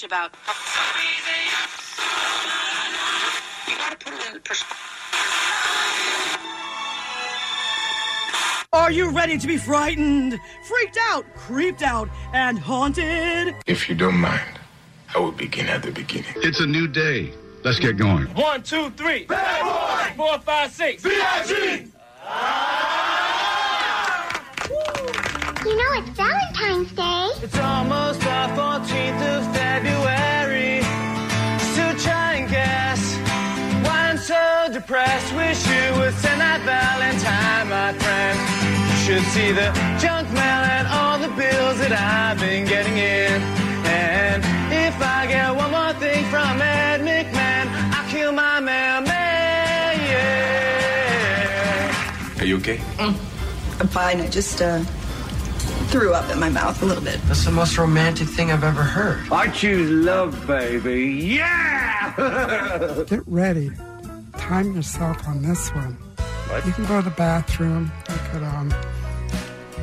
much about. You gotta put a little pers- Are you ready to be frightened, freaked out, creeped out, and haunted? If you don't mind, I will begin at the beginning. It's a new day. Let's get going. One, two, three. Bad boy. Four, five, six. You know it's Valentine's Day. It's almost our 14th of February. Still trying guess why I'm so depressed. Wish you would send that Valentine, my friend. You should see the junk mail and all the bills that I've been getting in. And if I get one more thing from Ed McMahon, I kill my mailman. Yeah. Are you okay? I'm fine. Mm. I just uh, threw up in my mouth a little bit. That's the most romantic thing I've ever heard. I choose love, baby. Yeah! Get ready. Time yourself on this one. You can go to the bathroom. You could um,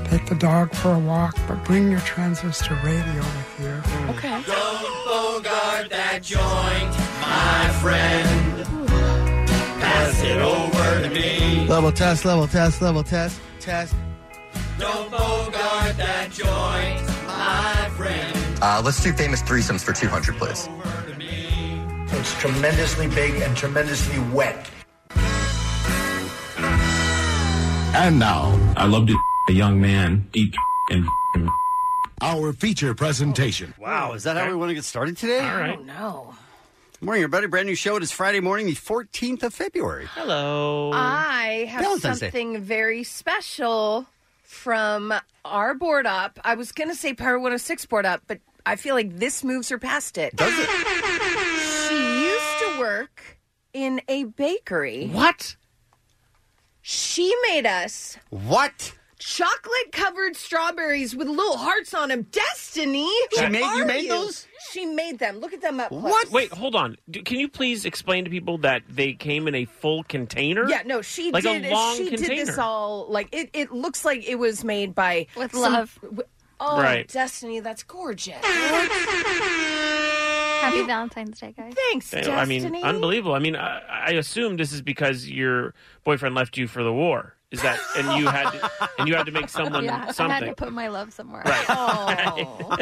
take the dog for a walk, but bring your transistor radio with you. Bogart that joint, my friend. Pass it over to me. Level test, level test, level test, test. Don't Bogart that joint, my friend. Uh, let's do famous threesomes for 200, please. Over to me. It's tremendously big and tremendously wet. And now, I love to a young man eat and our feature presentation. Wow, is that how we want to get started today? All right. No. Morning, everybody. Brand new show. It is Friday morning, the 14th of February. I have Valentine's Day. something very special from our board up. I was going to say Power 106 board up, but I feel like this moves her past it. Does it? She used to work in a bakery. What? She made us What? chocolate covered strawberries with little hearts on them. Destiny! She who made- you are made those? She made them. Look at them up. Close. What? Wait, hold on. D- Can you please explain to people that they came in a full container? Yeah, no, she Like a did. long she did this container. all like it. It looks like it was made by with love. oh, Right. Destiny, that's gorgeous. Happy Valentine's Day, guys. Thanks, Destiny. I mean, uh, unbelievable. I mean, I, I assume this is because your boyfriend left you for the war. Is that and you had and you had to make someone Yeah, I had something? to put my love somewhere. Oh.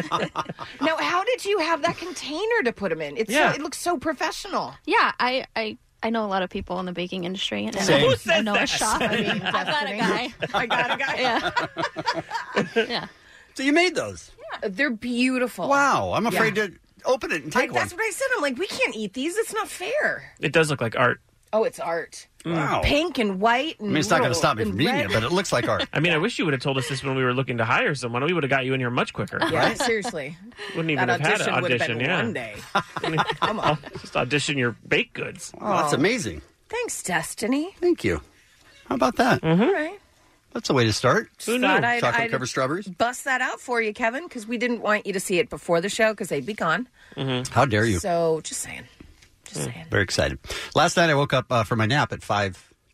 now, how did you have that container to put them in? It's Yeah. so, it looks so professional. Yeah, I, I, I know a lot of people in the baking industry. And Same. Who I said know that? a shop. I mean, I got a guy. I got a guy. Yeah. yeah. So you made those? They're beautiful. Wow. I'm afraid to open it and Like, take one. that's what I said. I'm like, we can't eat these. It's not fair. It does look like art. Oh, it's art. Wow. Mm. Pink and white. And I mean, it's not going to little- stop me and from eating red. it, but it looks like art. I mean, I wish you would have told us this when we were looking to hire someone. We would have got you in here much quicker. Yeah, seriously. Wouldn't even That have had audition, an would have audition. been Yeah, one day. Come on. Oh. just audition your baked goods. Wow, that's amazing. Thanks, Destiny. Thank you. How about that? All right. That's a way to start. Who knew? Thought I'd- Chocolate I'd covered strawberries. Bust that out for you, Kevin, because we didn't want you to see it before the show because they'd be gone. How dare you? So just saying. Just saying. Mm, Very excited. Last night I woke up uh, from my nap at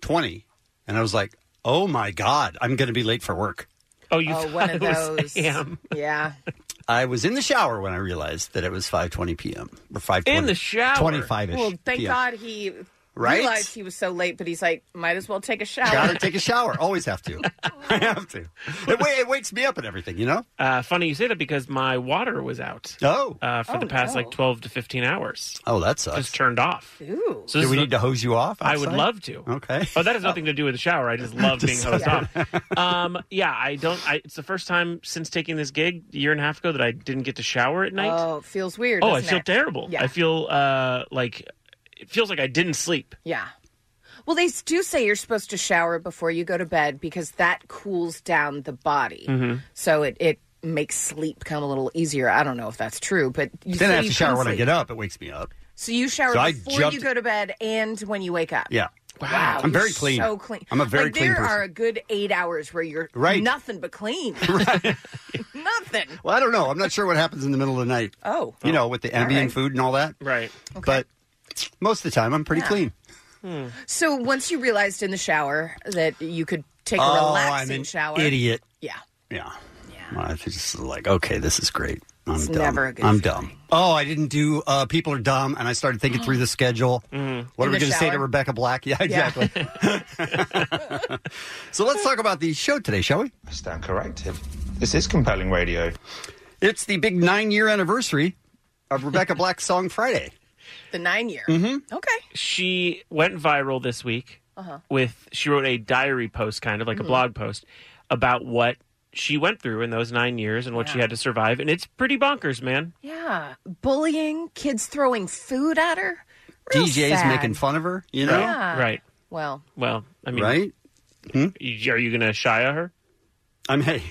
5:20 and I was like, "Oh my god, I'm going to be late for work." Oh, you Oh, thought one of it was those. AM. Yeah. I was in the shower when I realized that it was 5:20 p.m. or 5:20. In the shower? 25ish. Well, thank PM. God he Right? realized he was so late, but he's like, might as well take a shower. Gotta take a shower. Always have to. I have to. It, wa- it wakes me up and everything, you know? Uh, funny you say that because my water was out Oh. uh, for Oh, the past no. like twelve to fifteen hours. Oh, that Just sucks. turned off. Ooh. So Do this we is- need to hose you off? I would outside? love to. Okay. Oh, that has nothing to do with the shower. I just love being hosed off. Um, yeah, I don't. I, it's the first time since taking this gig a year and a half ago that I didn't get to shower at night. Oh, it feels weird. oh, I doesn't feel it? terrible. Yeah. I feel uh, like it feels like I didn't sleep. Yeah. Well, they do say you're supposed to shower before you go to bed because that cools down the body. So it, it makes sleep come a little easier. I don't know if that's true, but you then say I have you to shower can when I sleep. get up. It wakes me up. So you shower So I before jumped- you go to bed and when you wake up. Yeah. Wow, I'm you're very clean. So clean. I'm a very like, clean There person. are a good eight hours where you're Right. nothing but clean. nothing. Well, I don't know. I'm not sure what happens in the middle of the night. Oh. You know, with the All ambient right. food and all that. Right. But most of the time, I'm pretty Yeah. clean. So once you realized in the shower that you could take a Oh, relaxing I'm an shower, idiot. Yeah. Yeah. I was just like, okay, this is great. I'm It's dumb. never a good I'm dumb. Oh, I didn't do uh, People Are Dumb, and I started thinking through the schedule. What Mm-hmm. In are we the going to say to shower? Rebecca Black? Yeah, Yeah. exactly. so let's talk about the show today, shall we? I stand corrected. This is compelling radio. It's the big nine year anniversary of Rebecca Black's Song Friday. The nine Mm. year. Mm-hmm. Mhm. Okay. She went viral this week Uh-huh. with she wrote a diary post, kind of like Mhm. a blog post, about what she went through in those nine years and what she Yeah. had to survive, and it's pretty bonkers, man. Yeah. Bullying, kids throwing food at her. Real DJs sad. making fun of her, you know? Yeah. Right. Well, Well, I mean, right? Hmm? Are you going to shia her? I may.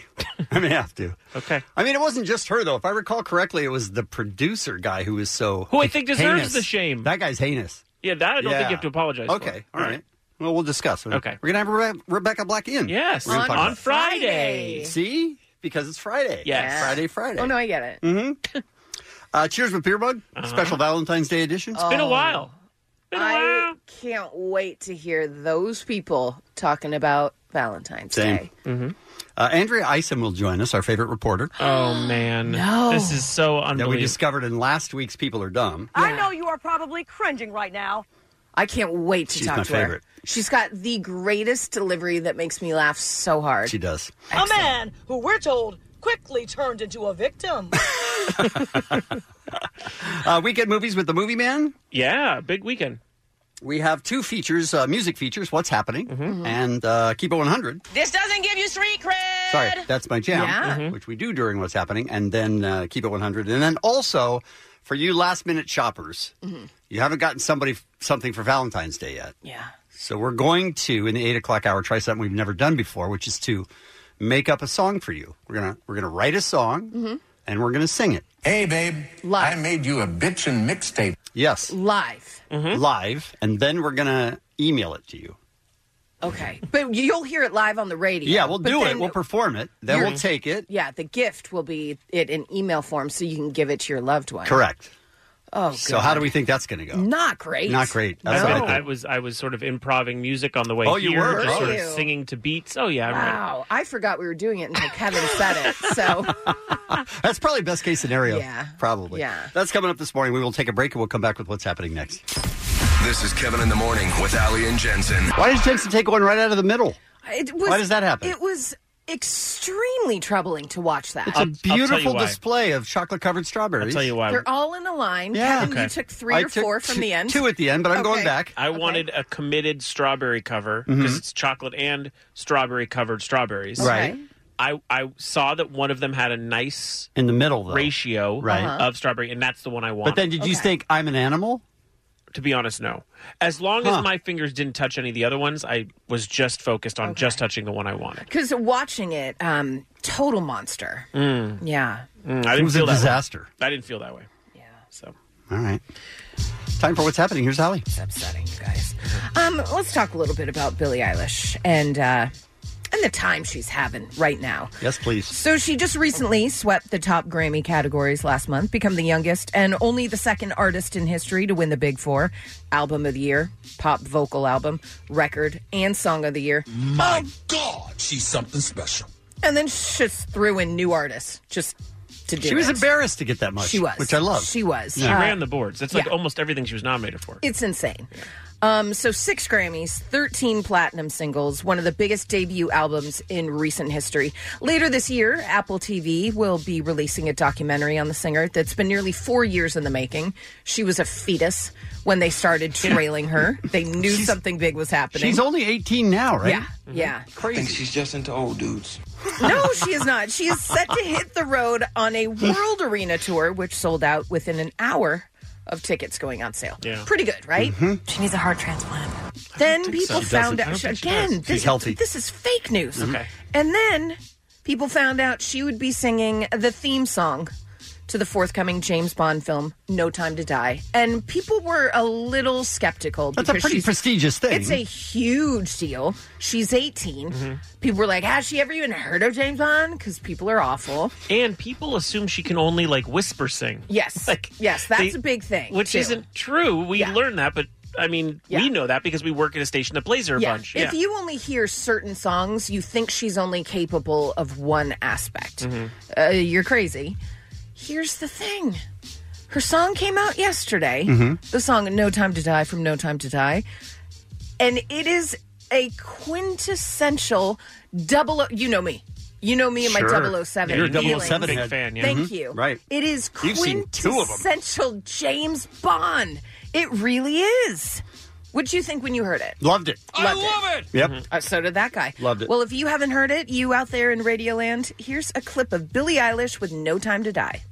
I may have to. Okay. I mean, it wasn't just her, though. If I recall correctly, it was the producer guy who was so. Who I think deserves heinous. the shame. That guy's heinous. Yeah, that I don't Yeah. think you have to apologize. for. Okay, all right. Well, we'll discuss. Okay. We're going to have Rebe- Rebecca Black in. Yes, We're gonna on, talk on about it. Friday. See? Because it's Friday. yeah. Friday, Friday. Oh no, I get it. Mm-hmm. uh, cheers with Beer Bug. Uh-huh. Special Valentine's Day edition. Oh. I can't wait to hear those people talking about Valentine's Same. Day. Mm-hmm. Uh, Andrea Isom will join us, our favorite reporter. Oh, man. No. This is so That we discovered in last week's People Are Dumb. I know you are probably cringing right now. I can't wait to She's talk my to her. favorite. She's got the greatest delivery that makes me laugh so hard. She does. A man who we're told quickly turned into a victim. Uh, weekend movies with the movie man. Yeah, big weekend. We have two features, uh, music features, What's Happening, Mm-hmm. and uh, Keep It 100. this doesn't give you street cred. Sorry, that's my jam, Yeah. which we do during What's Happening, and then uh, Keep It 100. And then also, for you last minute shoppers, Mm-hmm. you haven't gotten somebody something for Valentine's Day yet. Yeah. So we're going to, in the eight o'clock hour, try something we've never done before, which is to make up a song for you. We're gonna we're gonna write a song Mhm. and we're gonna sing it. Hey, babe, I made you a bitchin' mixtape. Yes, Live. live, and then we're gonna email it to you. Okay. But you'll hear it live on the radio. Yeah, we'll But do it. then- We'll perform it. Then you're- we'll take it. Yeah, the gift will be it in email form so you can give it to your loved one. Correct. Oh, So how do we think that's gonna go? Not great. Not great. I, That's what I think. I was I was sort of improving music on the way Oh, here, you were? just sort of Oh. singing to beats. Oh yeah, I remember. Wow, I forgot we were doing it until Kevin said it. So That's probably best case scenario. Yeah. Probably. Yeah. That's coming up this morning. We will take a break and we'll come back with what's happening next. This is Kevin in the Morning with Ali and Jensen. Why does Jensen take one right out of the middle? it was, Why does that happen? It was extremely troubling to watch that. It's a beautiful display of chocolate covered strawberries. I'll tell you why. They're all in a line. Yeah. Kevin, you Okay. took three I or took four from two- the end. two at the end, but I'm going Okay. back. I wanted a committed strawberry cover because Mhm. it's chocolate and strawberry covered strawberries. Right. Okay. I, I saw that one of them had a nice In the middle, though. ratio Right. Uh-huh. of strawberry, and that's the one I wanted. But then did you think I'm an animal? To be honest, no. As long Huh. as my fingers didn't touch any of the other ones, I was just focused on just touching the one I wanted. Because watching it, um, total monster. Mm. Yeah. Mm, I didn't It was feel a that way. disaster. I didn't feel that way. Yeah. So All right. Time for what's happening. Here's Holly. It's upsetting, you guys. Um, let's talk a little bit about Billie Eilish and uh, and the time she's having right now. Yes, please. So she just recently swept the top Grammy categories last month, become the youngest and only the second artist in history to win the Big Four: Album of the Year, Pop Vocal Album, Record, and Song of the Year. My God, she's something special. And then she just threw in new artists just to do. She was it. embarrassed to get that much, She was. which I love. She was. she Uh, ran the boards. That's like yeah. almost everything she was nominated for. It's insane. Um, so six Grammys, thirteen platinum singles, one of the biggest debut albums in recent history. Later this year, Apple TV will be releasing a documentary on the singer that's been nearly four years in the making. She was a fetus when they started trailing her. They knew something big was happening. She's only 18 now, right? Yeah, yeah. Crazy. I think she's just into old dudes. No, she is not. She is set to hit the road on a world arena tour, which sold out within an hour of tickets going on sale. Yeah. Pretty good, right? Mhm. She needs a heart transplant. Then think so. people She doesn't. found I out don't think she again. This, does. Mm-hmm. Mm-hmm. She's healthy. This is fake news. Okay. And then people found out she would be singing the theme song to the forthcoming James Bond film, No Time to Die. And people were a little skeptical. That's a because pretty she's- prestigious thing. It's a huge deal. She's 18. Mhm. People were like, has she ever even heard of James Bond? Because people are awful. And people assume she can only like whisper sing, Yes. yes, that's they- a big thing. which too. isn't true. We learned that, but I mean, we know that because we work at a station that plays her a Yeah. bunch. If you only hear certain songs, you think she's only capable of one aspect. Mhm. Uh, you're crazy. Here's the thing her song came out yesterday. Mm-hmm. Mhm. The song No Time to Die from No Time to Die. And it is a quintessential double. O- You know me. You know me and my 007. You're a feelings. 007 head. Thank Mhm. you. Right. It is You've seen two of 'em. quintessential James Bond. It really is. What'd you think when you heard it? Loved it. Loved it. Yep. Uh, so did that guy. Loved it. Well, if you haven't heard it, you out there in Radioland, here's a clip of Billie Eilish with No Time to Die.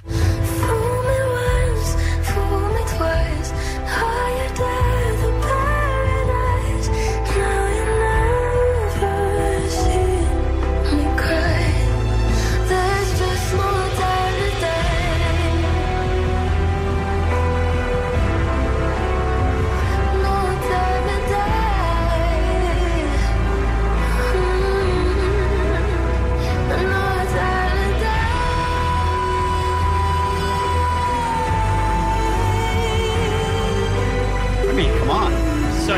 Mm-hmm. I mean, come on. So,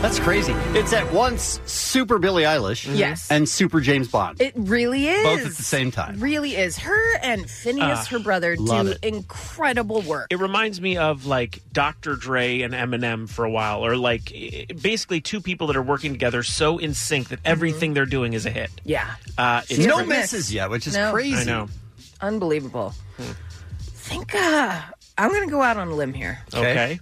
That's crazy. It's at once super Billie Eilish Yes. and super James Bond. It really is. Both at the same time. Really is. Her and Phineas, Ah, her brother, love do it. incredible work. It reminds me of like Dr. Dre and Eminem for a while, or like i- basically two people that are working together so in sync Mm-hmm. that everything they're doing is a hit. Yeah. Uh, it's no misses yet, which is No. crazy. I know. Unbelievable. Hmm. think uh, I'm going to go out on a limb here. Okay.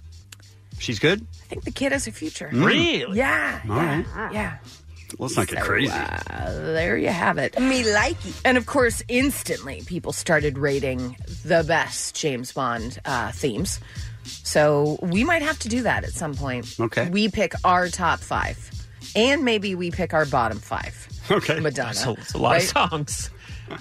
She's good? I think the kid has a future. Mm. Really? Yeah. All yeah, right. Yeah. Let's not get crazy. uh, There you have it. Me likey. And of course, instantly people started rating the best James Bond uh, themes. So we might have to do that at some point. Okay. We pick our top five, and maybe we pick our bottom five. Okay. Madonna. It's a, it's a lot of Right? songs.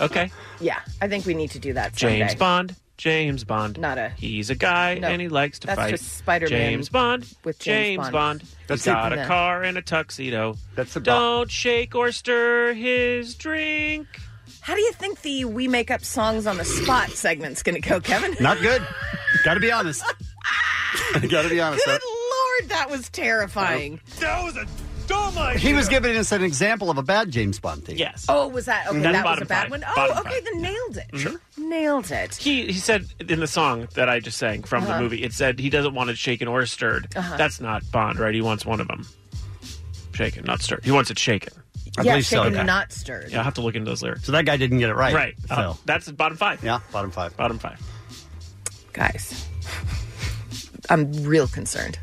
Okay. Yeah, I think we need to do that. James someday. Bond. James Bond. Not a. He's a guy No. and he likes to That's fight. just Spider-Man James Bond. with James Bond. He's That's got it. a car and a tuxedo. That's a Bond. Don't shake or stir his drink. How do you think the "We Make Up Songs on the Spot" segment's going to go, oh, Kevin? Not good. Gotta be honest. Gotta be honest. Good lord, that was terrifying. That was a dumb He was giving us an example of a bad James Bond thing. Yes. Oh, was that okay? That's that was bottom a bad five. one. Oh, Bottom okay, then nailed it. Sure. Nailed it. He he said in the song that I just sang from Uh-huh. the movie. It said he doesn't want it shaken or stirred. Uh-huh. That's not Bond, right? He wants one of them shaken, not stirred. He wants it shaken. yeah, shaken, not stirred. Yeah, I'll have to look into those lyrics. So that guy didn't get it right. Right. Uh, So. that's bottom five. Yeah, bottom five. Bottom five. Guys, I'm real concerned.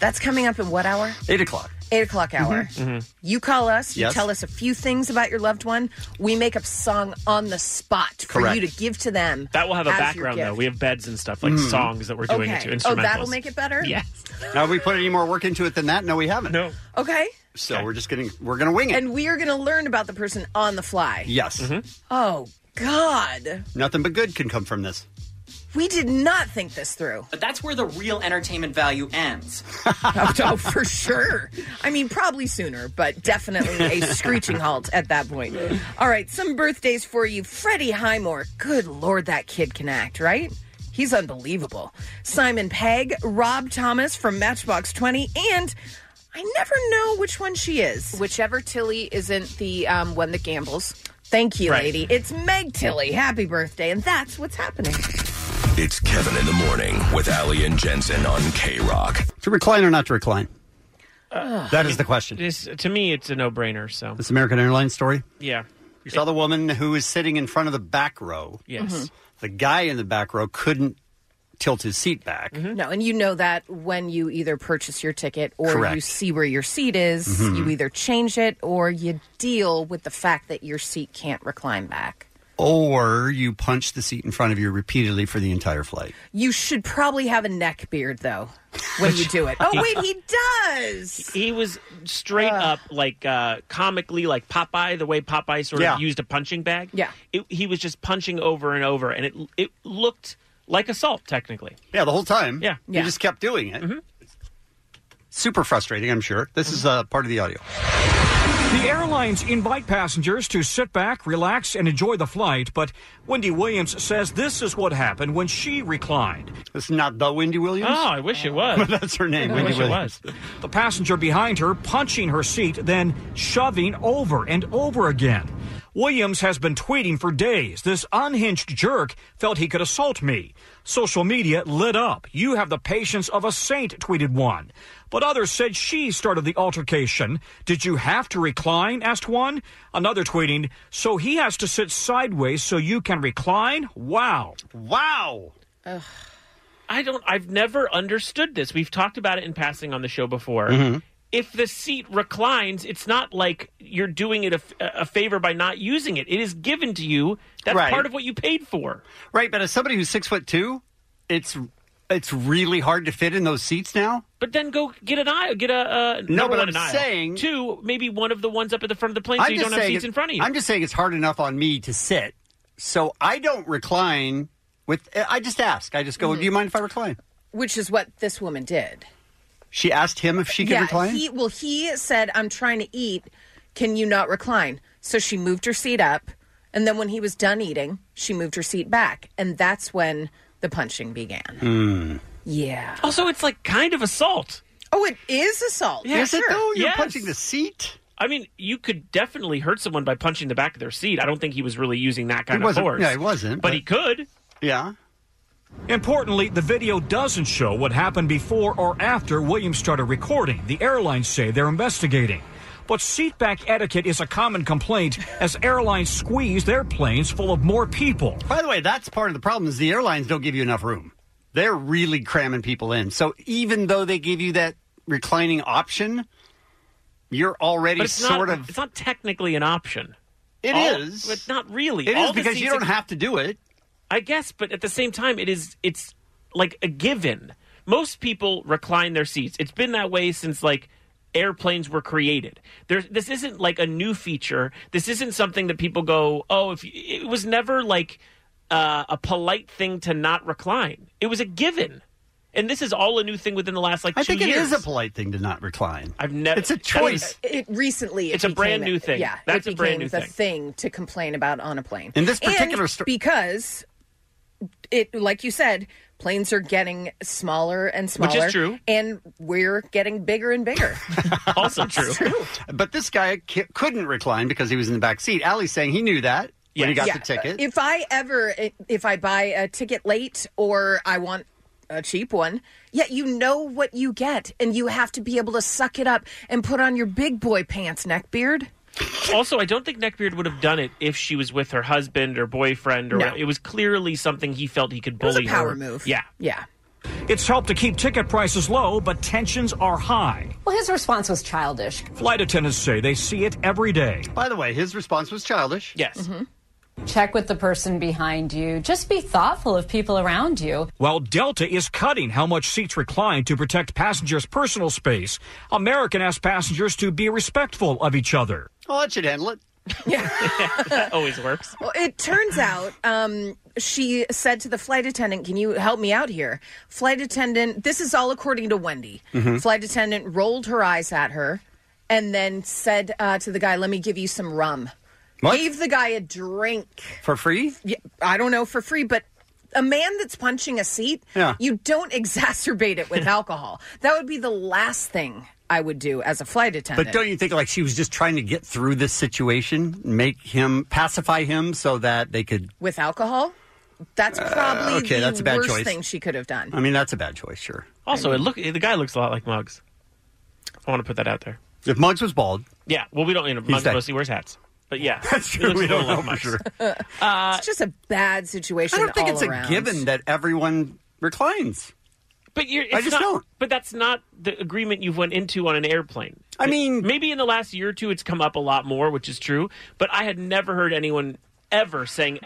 That's coming up in what hour? Eight o'clock. Eight o'clock Mm-hmm. Mm-hmm. hour. You call us, you Yes. tell us a few things about your loved one. We make up song on the spot for Correct. you to give to them. That will have a as your background though. gift. We have beds and stuff like Mhm. songs that we're doing okay. into oh, instrumentals. that'll make it better? Yes. Now, have we put any more work into it than that? No, we haven't. No. Okay. So we're just getting, we're going to wing it. And we are going to learn about the person on the fly. yes. Mm-hmm. Oh, God. Nothing but good can come from this. We did not think this through. But that's where the real entertainment value ends. oh, for sure. I mean, probably sooner, but definitely a screeching halt at that point. All right, some birthdays for you. Freddie Highmore. Good lord, that kid can act, right? He's unbelievable. Simon Pegg, Rob Thomas from Matchbox 20, and I never know which one she is. Whichever Tilly isn't the um, one that gambles. Thank you, Right. lady. It's Meg Tilly. Happy birthday. And that's what's happening. It's Kevin in the morning with Ali and Jensen on K Rock. To recline or not to recline? Uh, That is the question. This to me, it's a no-brainer. So This American Airlines story? yeah, You saw the woman who was sitting in front of the back row. Yes. Mhm. The guy in the back row couldn't tilt his seat back. No, and you know that when you either purchase your ticket or you Correct. see where your seat is, Mhm. you either change it or you deal with the fact that your seat can't recline back. or you punch the seat in front of you repeatedly for the entire flight. You should probably have a neck beard though when you do it. Oh wait, he does. He was straight up like uh, comically like Popeye, the way Popeye sort Yeah. of used a punching bag. Yeah. It, he was just punching over and over, and it it looked like assault technically. Yeah, the whole time. Yeah, You just kept doing it. Mm-hmm. Super frustrating, I'm sure. This is uh, part of the audio. The airlines invite passengers to sit back, relax, and enjoy the flight, but Wendy Williams says this is what happened when she reclined. It's not the Wendy Williams? Oh, I wish it was. But that's her name, I Wendy wish it Williams. The passenger behind her punching her seat, then shoving over and over again. Williams has been tweeting for days. This unhinged jerk felt he could assault me. Social media lit up. You have the patience of a saint, tweeted one. But others said she started the altercation. Did you have to recline? asked one. Another tweeting, so he has to sit sideways so you can recline? Wow. Wow. I don't. I've never understood this. We've talked about it in passing on the show before. Mhm. If the seat reclines, it's not like you're doing it a, f- a favor by not using it. It is given to you. That's Right. part of what you paid for. Right, but as somebody who's six foot two, it's it's really hard to fit in those seats now. But then go get an aisle. Get a uh, No, number but one, I'm an aisle. saying- two, maybe one of the ones up at the front of the plane, so you don't have seats it- in front of you. I'm just saying it's hard enough on me to sit, so I don't recline. With I just ask. I just go. Do you mind if I recline? Which is what this woman did. She asked him if she could yeah, recline. he well he said, I'm trying to eat. Can you not recline? So she moved her seat up and then when he was done eating, she moved her seat back. And that's when the punching began. Yeah. Also, it's like kind of assault. Oh, it is assault. Yeah, sure. the seat. I mean, you could definitely hurt someone by punching the back of their seat. I don't think he was really using that kind He of wasn't- force. yeah, he wasn't, but, but- he could. Yeah. Importantly, the video doesn't show what happened before or after Williams started recording. The airlines say they're investigating. But seatback etiquette is a common complaint as airlines squeeze their planes full of more people. By the way, that's part of the problem is the airlines don't give you enough room. They're really cramming people in. So even though they give you that reclining option, you're already But it's sort not, of It's not technically an option. It It is. is, but not really. It It is is because you don't have to do it. I guess, but at the same time, it is. It's like a given. Most people recline their seats. It's been that way since like airplanes were created. There, this isn't like a new feature. This isn't something that people go, "Oh, if you, it was never like uh, a polite thing to not recline." It was a given, and this is all a new thing within the last like I two think years. it is a polite thing to not recline. I've never. It's a choice. It recently, it It's a became brand new thing. Yeah, That's it a became brand new the thing. thing to complain about on a plane. In this particular And sto- because it, like you said, planes are getting smaller and Which is smaller. true. and we're getting bigger and bigger. also true. But this guy c- couldn't recline because he was in the back seat. Ali's saying he knew that when he got Yeah. the ticket. If I ever, if I buy a ticket late or I want a cheap one, yeah, you know what you get, and you have to be able to suck it up and put on your big boy pants, neckbeard. also, I don't think Neckbeard would have done it if she was with her husband or boyfriend. Or No. it was clearly something he felt he could was a bully power her. move. Yeah, Yeah. It's helped to keep ticket prices low, but tensions are high. Well, his response was childish. Flight attendants say they see it every day. By the way, his response was childish. Yes. Mm-hmm. Check with the person behind you. Just be thoughtful of people around you. While Delta is cutting how much seats recline to protect passengers' personal space, American asks passengers to be respectful of each other. Oh, that should handle it. that always works. Well, it turns out um, she said to the flight attendant, Can you help me out here? Flight attendant, this is all according to Wendy. Mm-hmm. Mhm. Flight attendant rolled her eyes at her and then said uh, to the guy, Let me give you some rum. What? Gave the guy a drink. For free? Yeah, I don't know for free, but. A man that's punching a seat, Yeah. you don't exacerbate it with alcohol. That would be the last thing I would do as a flight attendant. But don't you think like she was just trying to get through this situation, make him pacify him so that they could? with alcohol, that's probably Uh, okay, the that's a bad worst choice. thing she could have done. I mean, that's a bad choice, sure. Also, it look the guy looks a lot like Muggs. I want to put that out there. If Muggs was bald, Yeah, well, we don't. You know, Muggs dead. mostly wears hats, but yeah, That's he true, looks we a little don't know like for Muggs. sure. Uh, it's just a bad situation. I don't think all it's around. a given that everyone reclines. But you're, it's I just not, don't. But that's not the agreement you've went into on an airplane. I mean, maybe in the last year or two, it's come up a lot more, which is true. But I had never heard anyone ever saying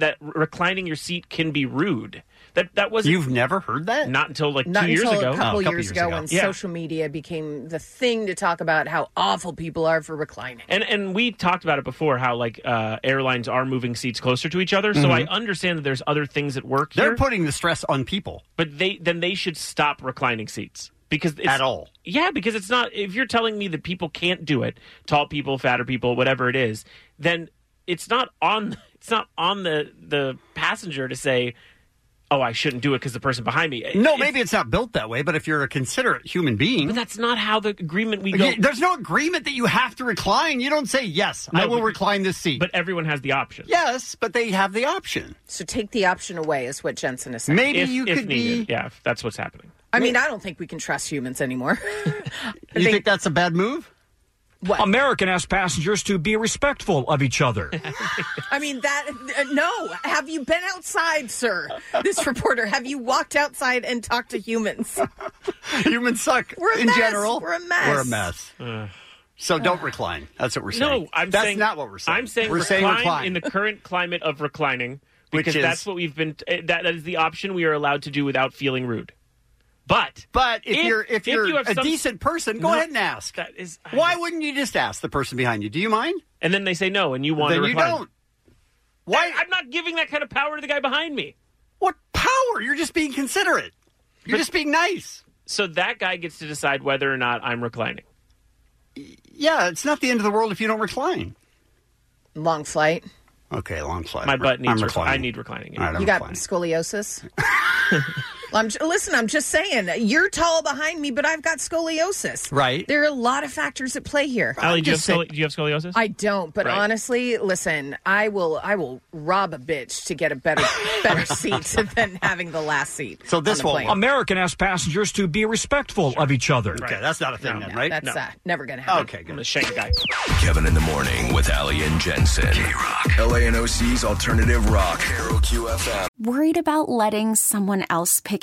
that reclining your seat can be rude. That that was You've never heard that? Not until like Not two years until ago. a couple, years, ago, when social media became the thing to talk about how awful people are for reclining. And and we talked about it before how like uh, airlines are moving seats closer to each other. So Mhm. I understand that there's other things at work. They're here, putting the stress on people. but they then they should stop reclining seats because it's, At all. Yeah, because it's not. If you're telling me that people can't do it, tall people, fatter people, whatever it is, then it's not on. It's not on the the passenger to say, "Oh, I shouldn't do it because the person behind me." No, maybe it's not built that way, but if you're a considerate human being. Eh, But that's not how the agreement we go- There's no agreement that you have to recline. You don't say, yes, I No, will but- recline this seat. But everyone has the option. Yes, but they have the option. So take the option away, is what Jensen is saying. Maybe If- you if could needed. Yeah, that's what's happening. I mean, I don't think we can trust humans anymore. You think that's a bad move? American asked passengers to be respectful of each other. I mean, that, uh, no. Have you been outside, sir? This reporter, have you walked outside and talked to humans? Humans suck We're a in mess. general. We're a mess. We're a mess. so don't recline. That's what we're saying. No, I'm that's saying not what we're saying. I'm saying we're recline, saying recline. in the current climate of reclining Which because is- that's what we've been. eh, That, that is the option we are allowed to do without feeling rude. But but if, you're if, you're you have a some- decent person, go No, ahead and ask. That is Why wouldn't you just ask the person behind you? Do you mind? And then they say no, and you want then to you recline. Eh, don't. Why? I'm not giving that kind of power to the guy behind me. What power? You're just being considerate. You're just being nice. So that guy gets to decide whether or not I'm reclining. Yeah, it's not the end of the world if you don't recline. Long flight. Okay, long slide. My butt needs. I'm Recli- reclining. I need reclining. All right, I'm you got reclining. scoliosis? Well, I'm j- listen, I'm just saying, you're tall behind me, but I've got scoliosis. Right. There are a lot of factors at play here. Allie, do you, have scoli- do you have scoliosis? I don't, but Right. honestly, listen, I will I will rob a bitch to get a better better seat than having the last seat. on the plane. American asked passengers to be respectful of each other. Okay, that's not a thing, then, right? That's uh, never gonna happen. Okay, good. Shank guy. Kevin in the morning with Ali and Jensen. K-Rock. LA and OC's alternative rock. Carol QFM. Worried about letting someone else pick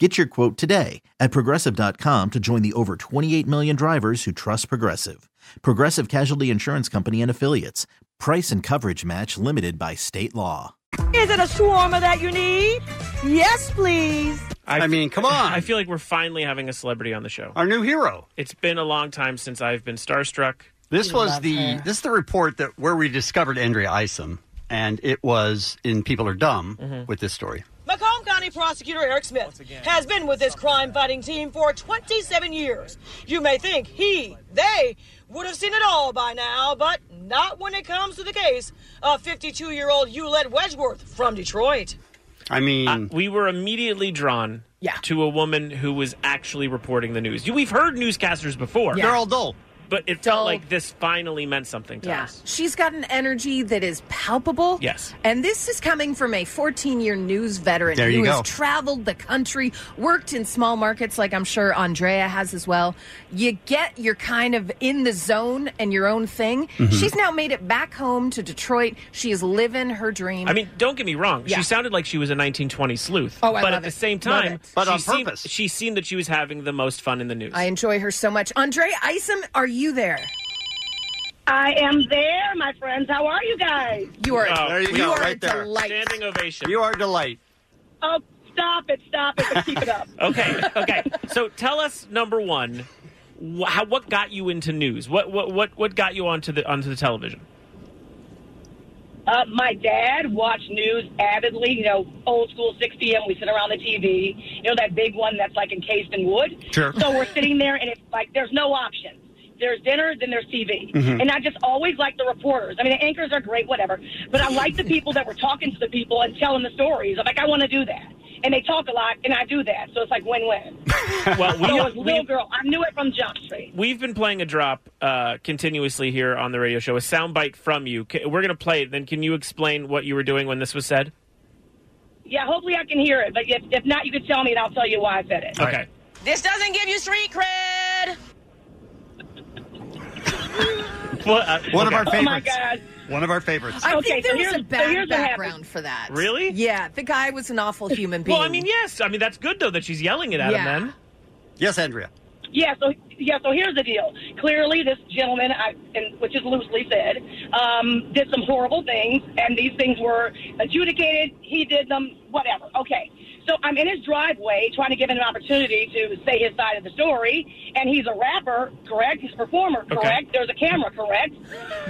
Get your quote today at progressive.com to join the over 28 million drivers who trust Progressive. Progressive Casualty Insurance Company and Affiliates. Price and coverage match limited by state law. Is it a shawarma that you need? Yes, please. I, mean, come on. I feel like we're finally having a celebrity on the show. Our new hero. It's been a long time since I've been starstruck. This was the this is the report that where we discovered Andrea Isom, and it was in People Are Dumb Mm-hmm. with this story. Macomb County Prosecutor Eric Smith has been with this crime fighting team for 27 years. You may think he, they would have seen it all by now, but not when it comes to the case of 52 year old Yulette Wedgeworth from Detroit. I mean, we were immediately drawn to a woman who was actually reporting the news. You- We've heard newscasters before. Yeah. They're all dull. But it felt like this finally meant something to Yeah. us. She's got an energy that is palpable. Yes. And this is coming from a 14 year news veteran There who you has go. traveled the country, worked in small markets, like I'm sure Andrea has as well. You get you're kind of in the zone and your own thing. Mhm. She's now made it back home to Detroit. She is living her dream. I mean, don't get me wrong. Yeah. She sounded like she was a 1920s sleuth. Oh, I love but at the it. same Love time, it. But she on seemed, She seemed that she was having the most fun in the news. I enjoy her so much. Andrea Isom, are you there? I am there, my friends. How are you guys? You are. Oh, there you, you go, are right a there. delight. Standing ovation. You are a delight. Oh, stop it, stop it, but keep it up. Okay, okay. so tell us number one, wh- how, what got you into news? What what what what got you onto the onto the television? Uh, my dad watched news avidly, you know, old school 6 p.m. We sit around the TV, you know, that big one that's like encased in wood. Sure. So we're sitting there, and it's like there's no options. There's dinner, then there's TV. Mm-hmm. Mhm. And I just always like the reporters. I mean, the anchors are great, whatever. But I like the people that were talking to the people and telling the stories. I'm like, I want to do that. And they talk a lot, and I do that. So it's like win win. so Well, we, as a little girl, I knew it from Jump Street. We've been playing a drop uh, continuously here on the radio show, a soundbite from you. Ca- We're going to play it. Then, can you explain what you were doing when this was said? Yeah, hopefully I can hear it. But if, if not, you can tell me, and I'll tell you why I said it. Okay. This doesn't give you street cred. What, uh, One okay. of our favorites. One of our favorites. Oh I Oh, Okay, think so there here's- was a so bad here's what happened. background for that. Really? Yeah, the guy was an awful human being. Well, I mean, yes. I mean, that's good though that she's yelling it at Yeah. him. Then. Yes, Andrea. Yeah, so yeah, so here's the deal. Clearly, this gentleman, I, and, which is loosely said, um, did some horrible things, and these things were adjudicated. He did them, whatever. Okay, so I'm in his driveway trying to give him an opportunity to say his side of the story, and he's a rapper, correct? He's a performer, correct? There's a camera, correct?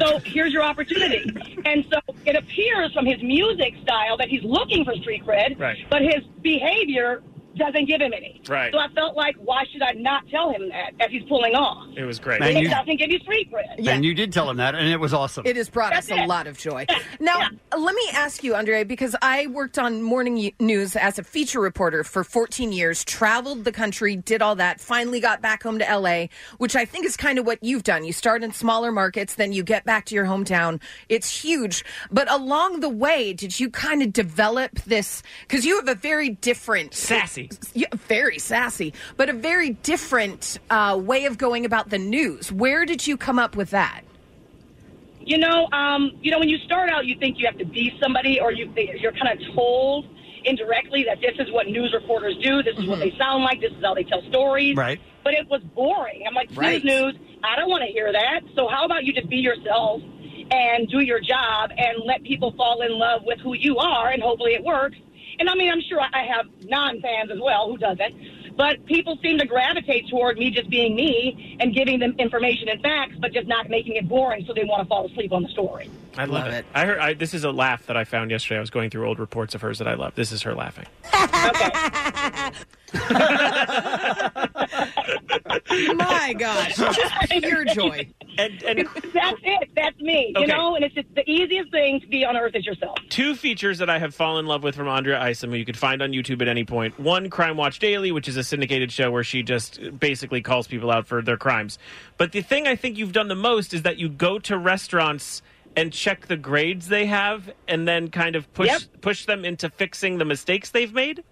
So here's your opportunity. and so it appears from his music style that he's looking for street cred, Right. but his behavior doesn't give him any. Right. So I felt like, why should I not tell him that if he's pulling off? It was great. And it you, doesn't give you street cred. and you did tell him that, and it was awesome. It has brought us a lot of joy. Now, let me ask you, Andrea, because I worked on morning y- news as a feature reporter for 14 years, traveled the country, did all that, finally got back home to LA, which I think is kind of what you've done. You start in smaller markets, then you get back to your hometown. It's huge. But along the way, did you kind of develop this? Because you have a very different sassy, yeah, very sassy, but a very different uh, way of going about the news. Where did you come up with that? You know, um, you know, when you start out, you think you have to be somebody, or you you're kind of told indirectly that this is what news reporters do. This is what Mm-hmm. they sound like. This is how they tell stories. Right. But it was boring. I'm like, Right. news, news. I don't want to hear that. So how about you just be yourself and do your job and let people fall in love with who you are, and hopefully it works. And I mean, I'm sure I I have non fans as well. Who doesn't? But people seem to gravitate toward me just being me and giving them information and facts, but just not making it boring so they want to fall asleep on the story. I love, it. I heard I, this is a laugh that I found yesterday. I was going through old reports of hers that I love. This is her laughing. My gosh, just pure joy. And, that's it. That's me. You Okay. know, and it's just the easiest thing to be on earth is yourself. Two features that I have fallen in love with from Andrea Isom, who you could find on YouTube at any point. One, Crime Watch Daily, which is a syndicated show where she just basically calls people out for their crimes. But the thing I think you've done the most is that you go to restaurants and check the grades they have, and then kind of push push them into fixing the mistakes they've made.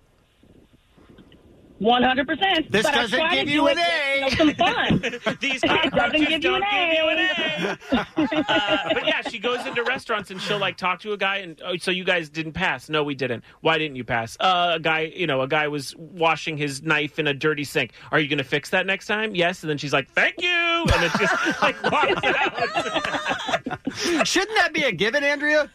One hundred percent. This but I doesn't try give to you do an it with, you know, some fun. These it doesn't give you an A. but yeah, she goes into restaurants and she'll like talk to a guy and oh, so you guys didn't pass. No, we didn't. Why didn't you pass? Uh, a guy, you know, a guy was washing his knife in a dirty sink. Are you going to fix that next time? Yes. And then she's like, "Thank you," and it's just like walks out. Shouldn't that be a given, Andrea?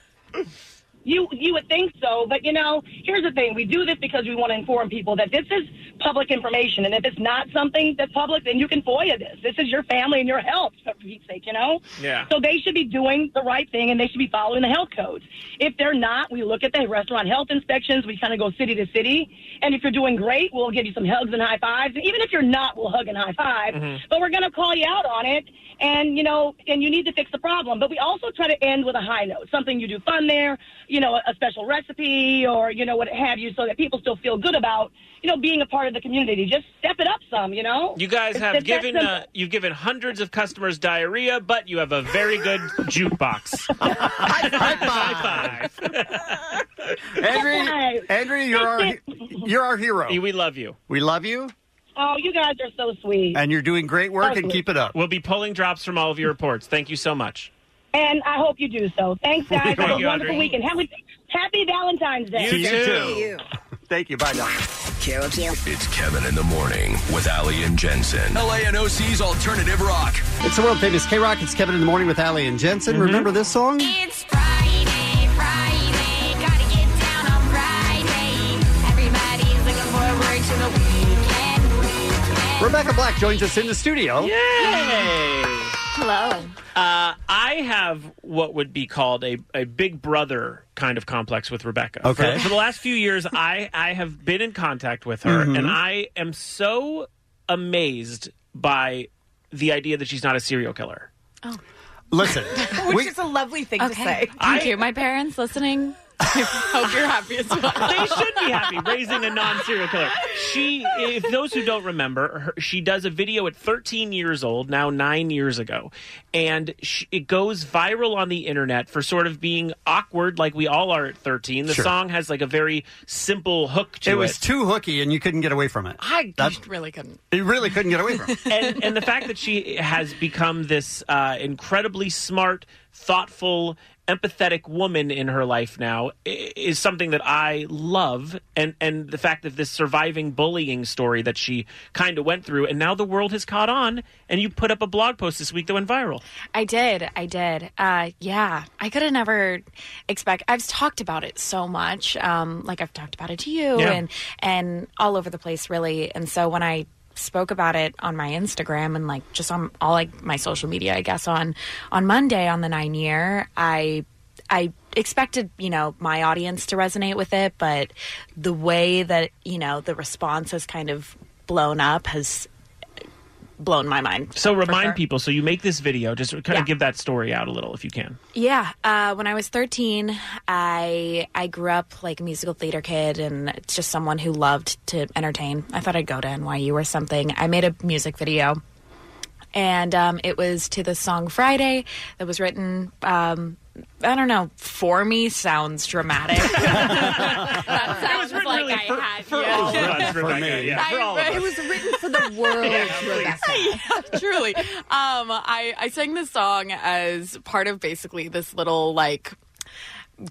You you would think so, but you know, here's the thing: we do this because we want to inform people that this is public information, and if it's not something that's public, then you can FOIA this. This is your family and your health, for Pete's sake, you know. Yeah. So they should be doing the right thing, and they should be following the health codes. If they're not, we look at the restaurant health inspections. We kind of go city to city, and if you're doing great, we'll give you some hugs and high fives. And even if you're not, we'll hug and high 5 Mhm. Mm-hmm. But we're going to call you out on it, and you know, and you need to fix the problem. But we also try to end with a high note, something you do fun there, you know, a, a special recipe or you know what have you, so that people still feel good about you know being a part of the community. Just step it up some, you know. You guys It's- have it's that given simple. uh, you've given hundreds of customers diarrhea, but you have a very good jukebox. Andrea, Andrea, you're our you're our hero. We love you. We love you, Oh, you guys are so sweet. and you're doing great work. And keep it up. We'll be pulling drops from all of your reports. Thank you so much. And I hope you do so. Thanks, guys. Thank Have a you, wonderful Audrey. weekend. Happy, happy Valentine's Day. You You too. too. You. Thank you. Bye, Doc. It's Kevin in the morning with Ali and Jensen. LA and OC's alternative rock. It's the world famous K Rock. It's Kevin in the morning with Ali and Jensen. Remember this song? It's Friday, Friday. Gotta get down on Friday. Everybody's looking forward to the weekend. Rebecca Black joins us in the studio. Yay! Hello. Uh, I have what would be called a, a big brother kind of complex with Rebecca. Okay. For, for the last few years, I, I have been in contact with her, Mhm. Mm-hmm. and I am so amazed by the idea that she's not a serial killer. Oh. Listen, Which is a lovely thing to say. Thank you. My parents listening. I hope you're happy as well. they should be happy raising a non-serial killer. She, if those who don't remember, her, she does a video at 13 years old, now nine years ago, and she, it goes viral on the internet for sort of being awkward, like we all are at 13. The Sure. song has like a very simple hook to it. it was too hooky, and you couldn't get away from it. I That's- really couldn't. You really couldn't get away from it. and, and the fact that she has become this uh, incredibly smart, thoughtful, empathetic woman in her life now i- is something that I love. And, and the fact that this surviving bullying story that she kind of went through, and now the world has caught on. And you put up a blog post this week that went viral. I did. I did. Uh, yeah. I could have never expect. I've talked about it so much. Um, like I've talked about it to you Yeah. and and all over the place, really. And so when I spoke about it on my Instagram and like just on all like my social media, I guess on on Monday on the nine year, I I expected, you know, my audience to resonate with it, but the way that, you know, the response has kind of blown up has blown my mind. So for remind sure. people. So you make this video, just kind Yeah. of give that story out a little if you can. Yeah, uh, when I was 13, I I grew up like a musical theater kid and just someone who loved to entertain. I thought I'd go to NYU or something. I made a music video, and um, it was to the song "Friday" that was written. Um, I don't know. For me, sounds dramatic. that sounds like I had. yeah. I- It was written for the world, Rebecca. Yeah, truly. Um, I, I sang this song as part of basically this little like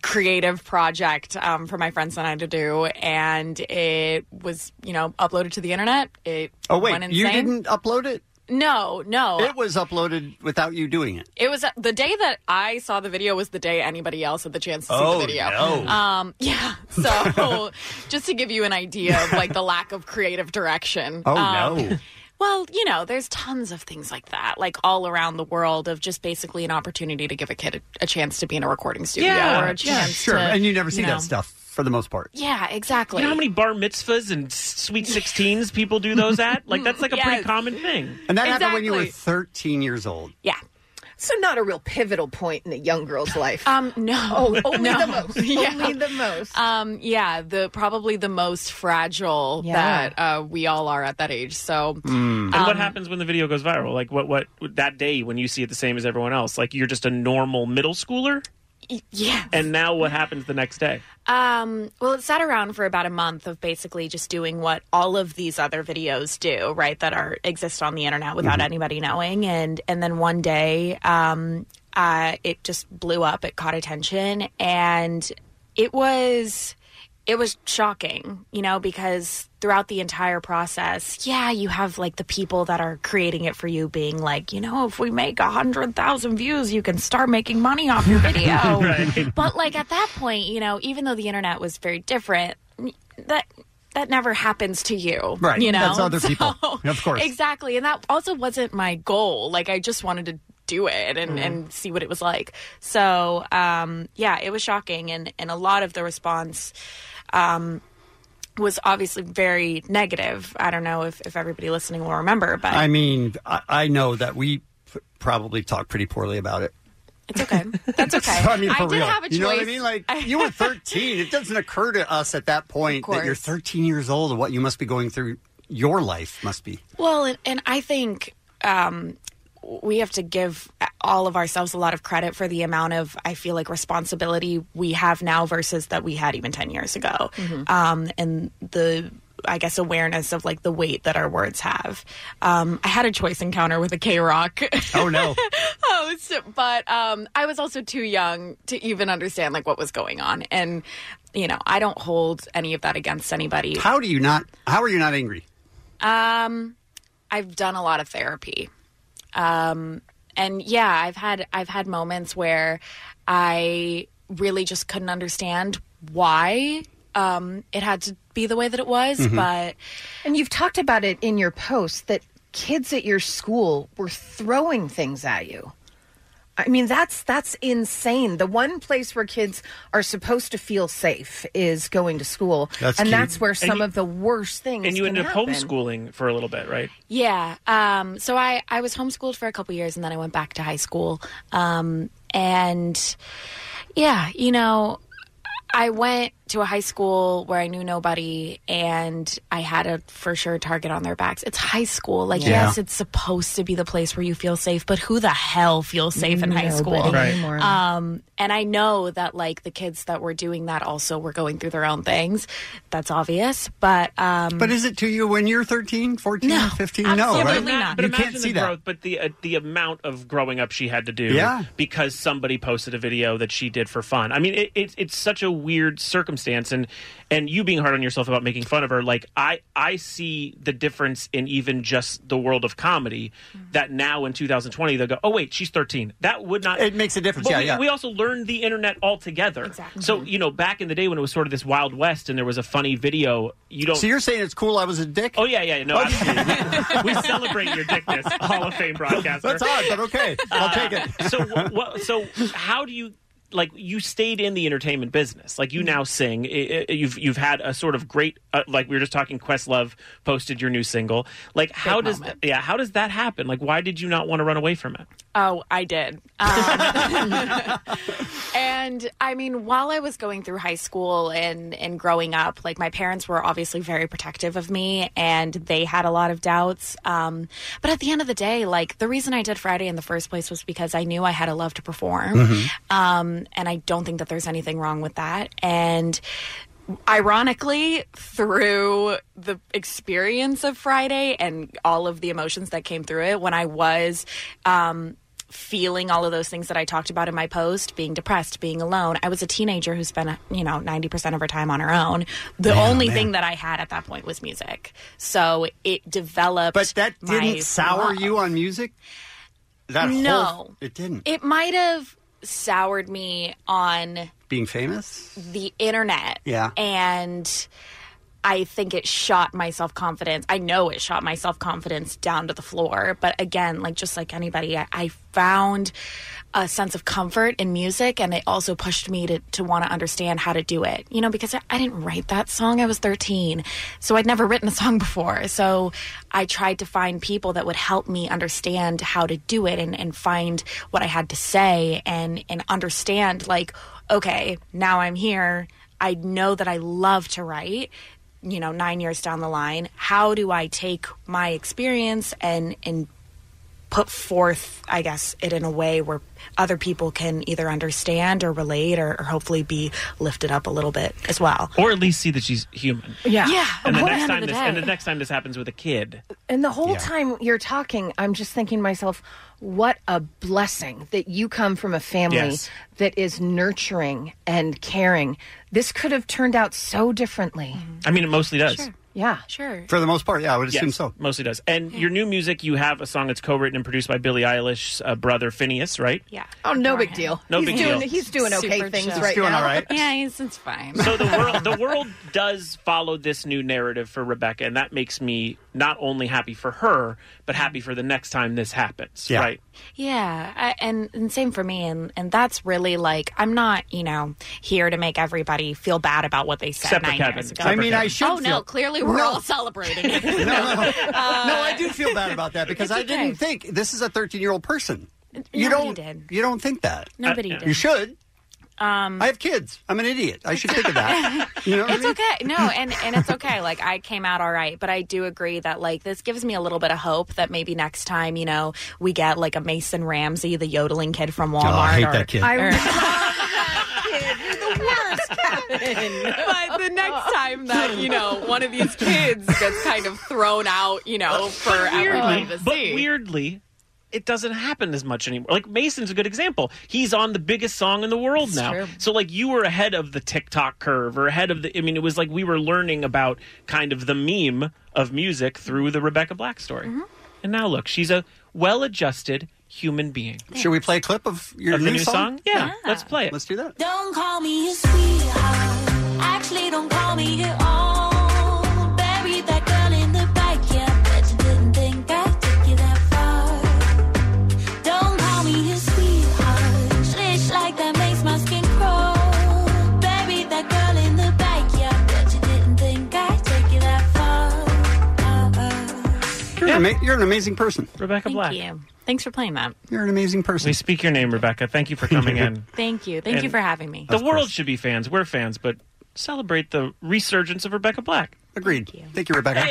creative project um, for my friends and I to do, and it was you know uploaded to the internet. It Oh wait, went you insane. didn't upload it? No, no. It was uploaded without you doing it. It was uh, the day that I saw the video was the day anybody else had the chance to Oh, see the video. no. Um, yeah. So just to give you an idea of like the lack of creative direction. Oh, Um, no. Well, you know, there's tons of things like that, like all around the world, of just basically an opportunity to give a kid a, a chance to be in a recording studio or a chance. sure. to, and you never see know. that stuff for the most part. Yeah, exactly. You know how many bar mitzvahs and s- sweet 16s people do those at? Like, that's like a pretty Yes. common thing. And that happened when you were Exactly. 13 years old. Yeah. So not a real pivotal point in a young girl's life. Um, no. Oh, only No. the most. Yeah. Only the most. Um, yeah, the probably the most fragile Yeah. that uh, we all are at that age. So, mm. And um, what happens when the video goes viral? Like what what that day when you see it the same as everyone else? Like you're just a normal middle schooler? Yeah. And now what happens the next day? Um, well, it sat around for about a month of basically just doing what all of these other videos do, right? That are exist on the internet without Mm-hmm. Mhm. anybody knowing, and and then one day, um, uh, it just blew up. It caught attention, and it was it was shocking, you know, because throughout the entire process, yeah, you have like the people that are creating it for you being like, you know, if we make a hundred thousand views, you can start making money off your video. Right. But like at that point, you know, even though the internet was very different, that that never happens to you, Right. You know, That's other So- people. Of course. exactly. And that also wasn't my goal. Like I just wanted to do it Mm-hmm. and, and see what it was like. So um, yeah, it was shocking, and and a lot of the response. Um, was obviously very negative. I don't know if, if everybody listening will remember, but I mean, I, I know that we p- probably talked pretty poorly about it. that's okay. I mean, for did real. have a choice. You know what I mean? Like, you were 13. it doesn't occur to us at that point that you're course. 13 years old and what you must be going through. Your life must be. Well, and, and I think um, we have to give all of ourselves a lot of credit for the amount of I feel like responsibility we have now versus that we had even ten years ago, Mhm. um, and the. I guess awareness of like the weight that our words have. Um, I had a choice encounter with a K Rock Oh, no. host, but um, I was also too young to even understand like what was going on, and you know I don't hold any of that against anybody. How do you not? How are you not angry? Um, I've done a lot of therapy. Um, and yeah, I've had I've had moments where I really just couldn't understand why um, it had to be the way that it was, Mhm. but And you've talked about it in your post that kids at your school were throwing things at you. I mean, that's that's insane. The one place where kids are supposed to feel safe is going to school, That's and cute. that's where And some you- of the worst things. And you can ended up happen. homeschooling for a little bit, right? Yeah. Um, so I, I was homeschooled for a couple years and then I went back to high school. Um, and yeah, you know, I went to a high school where I knew nobody and I had a for sure target on their backs. It's high school. Like, Yeah. yes, it's supposed to be the place where you feel safe, but who the hell feels safe in high school? Nobody Right. anymore. Um, and I know that like the kids that were doing that also were going through their own things. That's obvious. But, um, But is it to you when you're 13, 14, 15? no, right? absolutely not. But you imagine can't the see that. growth, but the uh, the amount of growing up she had to do Yeah. because somebody posted a video that she did for fun. I mean, it, it, it's such a weird circumstance, and and you being hard on yourself about making fun of her, like I I see the difference in even just the world of comedy Mm-hmm. that now in 2020 they'll go, oh wait, she's 13. That would not. It makes a difference. But yeah, we, yeah. we also learned the internet altogether. Exactly. So Mm-hmm. you know, back in the day when it was sort of this wild west and there was a funny video, you don't. so you're saying it's cool I was a dick? Oh yeah, yeah, no, absolutely. we celebrate your dickness, Hall of Fame broadcaster. That's odd, but okay. I'll take it. Uh, so, what, what, so how do you like? You stayed in the entertainment business. Like you now sing. I- I- You've you've had a sort of great. Uh, like we were just talking. Questlove posted your new single. Like how does yeah? How does that happen? Like why did you not want to run away from it? Oh, I did. Um, and I mean, while I was going through high school and, and growing up, like my parents were obviously very protective of me and they had a lot of doubts. Um, but at the end of the day, like the reason I did Friday in the first place was because I knew I had a love to perform. Um, and I don't think that there's anything wrong with that. And ironically, through the experience of Friday and all of the emotions that came through it, when I was um, feeling all of those things that I talked about in my post, being depressed, being alone, I was a teenager who spent, you know, 90% of her time on her own. The Man, only man. thing that I had at that point was music. So it developed. But that my didn't sour love. you on music? That whole- No. it didn't. It might have soured me on Being famous? the internet. Yeah. And I think it shot my self confidence. I know it shot my self confidence down to the floor. But again, like just like anybody, I, I found a sense of comfort in music and it also pushed me to, to want to understand how to do it. You know, because I, I didn't write that song. I was 13. So I'd never written a song before. So I tried to find people that would help me understand how to do it and, and find what I had to say and, and understand like, okay, now I'm here. I know that I love to write you know nine years down the line how do i take my experience and and put forth i guess it in a way where other people can either understand or relate or, or hopefully be lifted up a little bit as well Or at least see that she's human. Yeah. Yeah. Oh, Oh, And the Well, end next of time the this day. and the next time this happens with a kid. And the whole Yeah. time you're talking, I'm just thinking to myself, what a blessing that you come from a family Yes. that is nurturing and caring. This could have turned out so differently. I mean, it mostly does. Yeah. Sure. For the most part, yeah, I would assume Yes, so. Mostly does. And your new music, you have a song that's co-written and produced by Billie Eilish's uh, brother Phineas, right? Yeah. Oh, no big deal. No he's big doing, deal. He's doing okay Super things chill. right now. yeah it's, it's fine So the world, the world does follow this new narrative for Rebecca, and that makes me not only happy for her, but happy for the next time this happens. Right? Yeah, I, and and same for me, and and that's really like I'm not you know here to make everybody feel bad about what they said Except for nine Kevin. years ago. I mean, I should Oh no, feel- clearly we're No. all celebrating. it. no, I do feel bad about that because It's I didn't think this is a 13 year old person. You Nobody don't. You don't think that. Nobody did. You should. Um, I have kids. I'm an idiot. I should think of that. You know what I it's mean? okay. No, and and it's okay. Like I came out all right, but I do agree that like this gives me a little bit of hope that maybe next time you know we get like a Mason Ramsey, the yodeling kid from Walmart. Oh, hate or, that kid. I or- love that kid. You're the worst, Kevin. but the next time that you know one of these kids gets kind of thrown out, you know, for everybody to but see. weirdly, it doesn't happen as much anymore. Like Mason's a good example. He's on the biggest song in the world It's now. true. So like you were ahead of the TikTok curve or ahead of the I mean it was like we were learning about kind of the meme of music through the Rebecca Black story. Mm-hmm. And now look, she's a well-adjusted human being. Should we play a clip of your Of the new, new song? Yeah, let's play it. Let's do that. Don't call me your sweetheart. Actually, don't call me at all. Buried that girl in the backyard. Bet you didn't think I'd take you that far. Don't call me your sweetheart. Uh-uh. ama- you're an amazing person. Rebecca Thank Black. you. Thanks for playing that. You're an amazing person. We speak your name, Rebecca. Thank you for coming in. Thank you. Thank you And for having me. the world should be fans. We're fans, but celebrate the resurgence of Rebecca Black. Agreed. Thank you, Rebecca.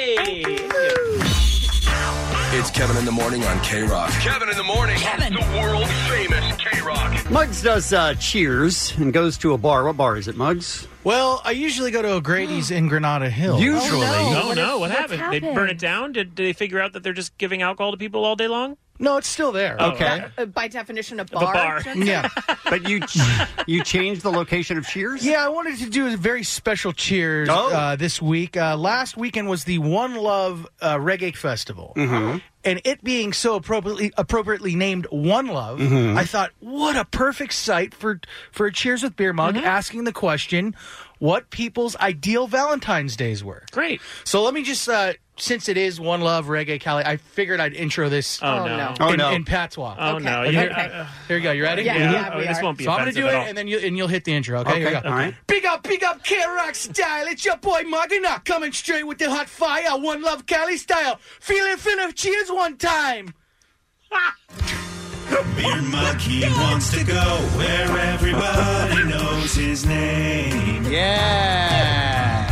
It's Kevin in the Morning on K Rock. Kevin in the Morning. Kevin. The world famous K Rock. Muggs does uh, Cheers and goes to a bar. What bar is it, Muggs? Well, I usually go to O'Grady's in Granada Hill. Usually. Oh, no, what, happened? They burn it down? Did, did they figure out that they're just giving alcohol to people all day long? Oh, No, it's still Oh, there. Okay. Uh, by definition, a a bar. bar. Jensen? Yeah. but you you changed the location of Cheers? Yeah, I wanted to do a very special cheers Oh. uh, this week. Uh, last weekend was the One Love uh, Reggae Festival. Mm. Mhm. And it being so appropriately appropriately named One Love, Mm-hmm. Mhm. I thought, what a perfect site for, for a Cheers with Beer Mm-hmm. Mug asking the question what people's ideal Valentine's Days were. Great. So let me just, uh, since it is One Love Reggae Cali, I figured I'd intro this Oh, no. in, Oh, no. in patois. Oh, Okay. no. You're- uh, Here we go. You ready? Yeah, Yeah, yeah, Oh, we this are. won't be So I'm gonna offensive do at it, all. and then you and you'll hit the intro. Okay, Okay, here we go. all right. Big up, big up, K Rock style. It's your boy Magana coming straight with the hot fire, one love Cali style. Feeling finna cheers one time. Beer mug, he wants to go where everybody knows his name. Yeah.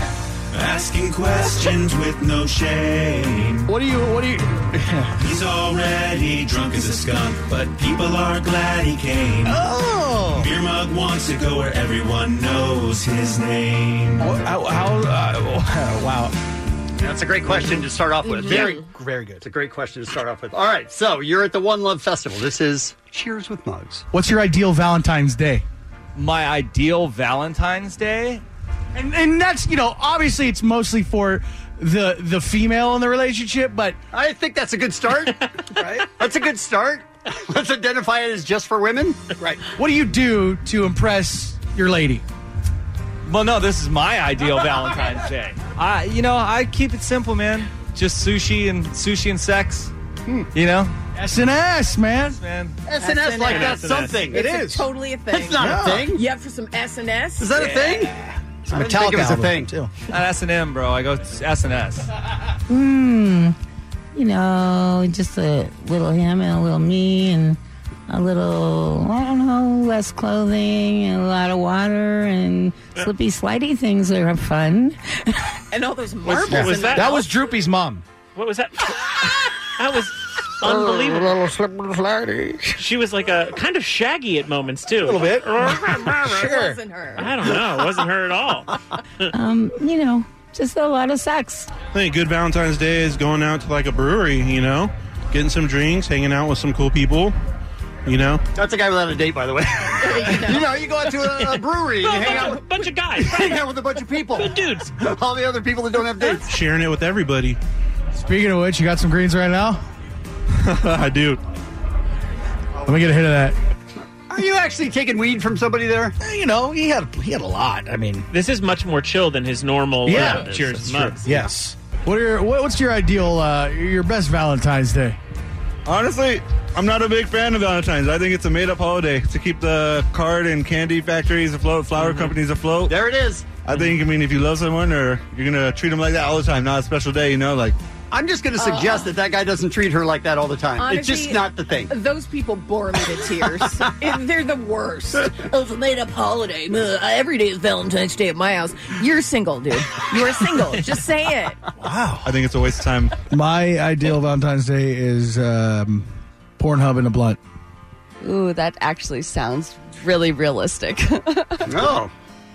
Asking questions with no shame. What do you? What do you? He's already drunk as a skunk, but people are glad he came. Oh. Beer mug wants to go where everyone knows his name. How? uh, wow. That's a great question to start off with. Mm-hmm. Very, very good. It's a great question to start off with. All right, so you're at the One Love Festival. This is Cheers with Mugs. What's your ideal Valentine's Day? My ideal Valentine's Day? And and that's you know obviously it's mostly for the the female in the relationship, but I think that's a good start. right? That's a good start. Let's identify it as just for women. Right. What do you do to impress your lady? Well, no, this is my ideal Valentine's Day. I, you know, I keep it simple, man. Just sushi and sushi and sex. You know, S and S, man. man. SNS like that's SNS. something. It It's a- is. totally a thing. That's not a Yeah. thing. You have for some S and S. Is that a thing? I didn't think it was a thing. too. Not S and M, bro. I go S and S. Hmm. You know, just a little him and a little me and a little, I don't know, less clothing and a lot of water and slippy slidey things are fun. And all those marbles Was, in that, that- that was Droopy's mom. What was that? that was unbelievable. Oh, little slippery slidey. She was like a kind of shaggy at moments too. A little bit. Sure. Wasn't her. I don't know. It wasn't her at all. um, you know, just a lot of sex. I think a good Valentine's Day is going out to like a brewery, you know, getting some drinks, hanging out with some cool people, you know. That's a guy without a date, by the way. you know, you go out to a, a brewery, you No, a hang bunch out of- with bunch of guys, hang out with a bunch of people, good dudes, all the other people that don't have dates. Sharing it with everybody. Speaking of which, you got some greens right now. I do. Let me get a hit of that. Are you actually taking weed from somebody there? Eh, You know, he had he had a lot. I mean, This is much more chill than his normal Yeah, uh, that's- Cheers that's mugs. true. Yes. What are your, what, what's your ideal uh, your best Valentine's Day? Honestly, I'm not a big fan of Valentine's. I think it's a made up holiday to keep the card and candy factories afloat, flower companies afloat. There it is. I think, I mean, if you love someone or you're going to treat them like that all the time, not a special day, you know, like. I'm just going to suggest that that guy doesn't treat her like that all the time. it's Honestly, just not the thing. Those people bore me to tears. It- They're the worst. Oh, it's a made up holiday. Ugh, Every day is Valentine's Day at my house. You're single, dude. You're single. Just say it. Wow. I think it's a waste of time. My ideal Valentine's Day is um, Pornhub and a blunt. Ooh, that actually sounds really realistic. No. Oh.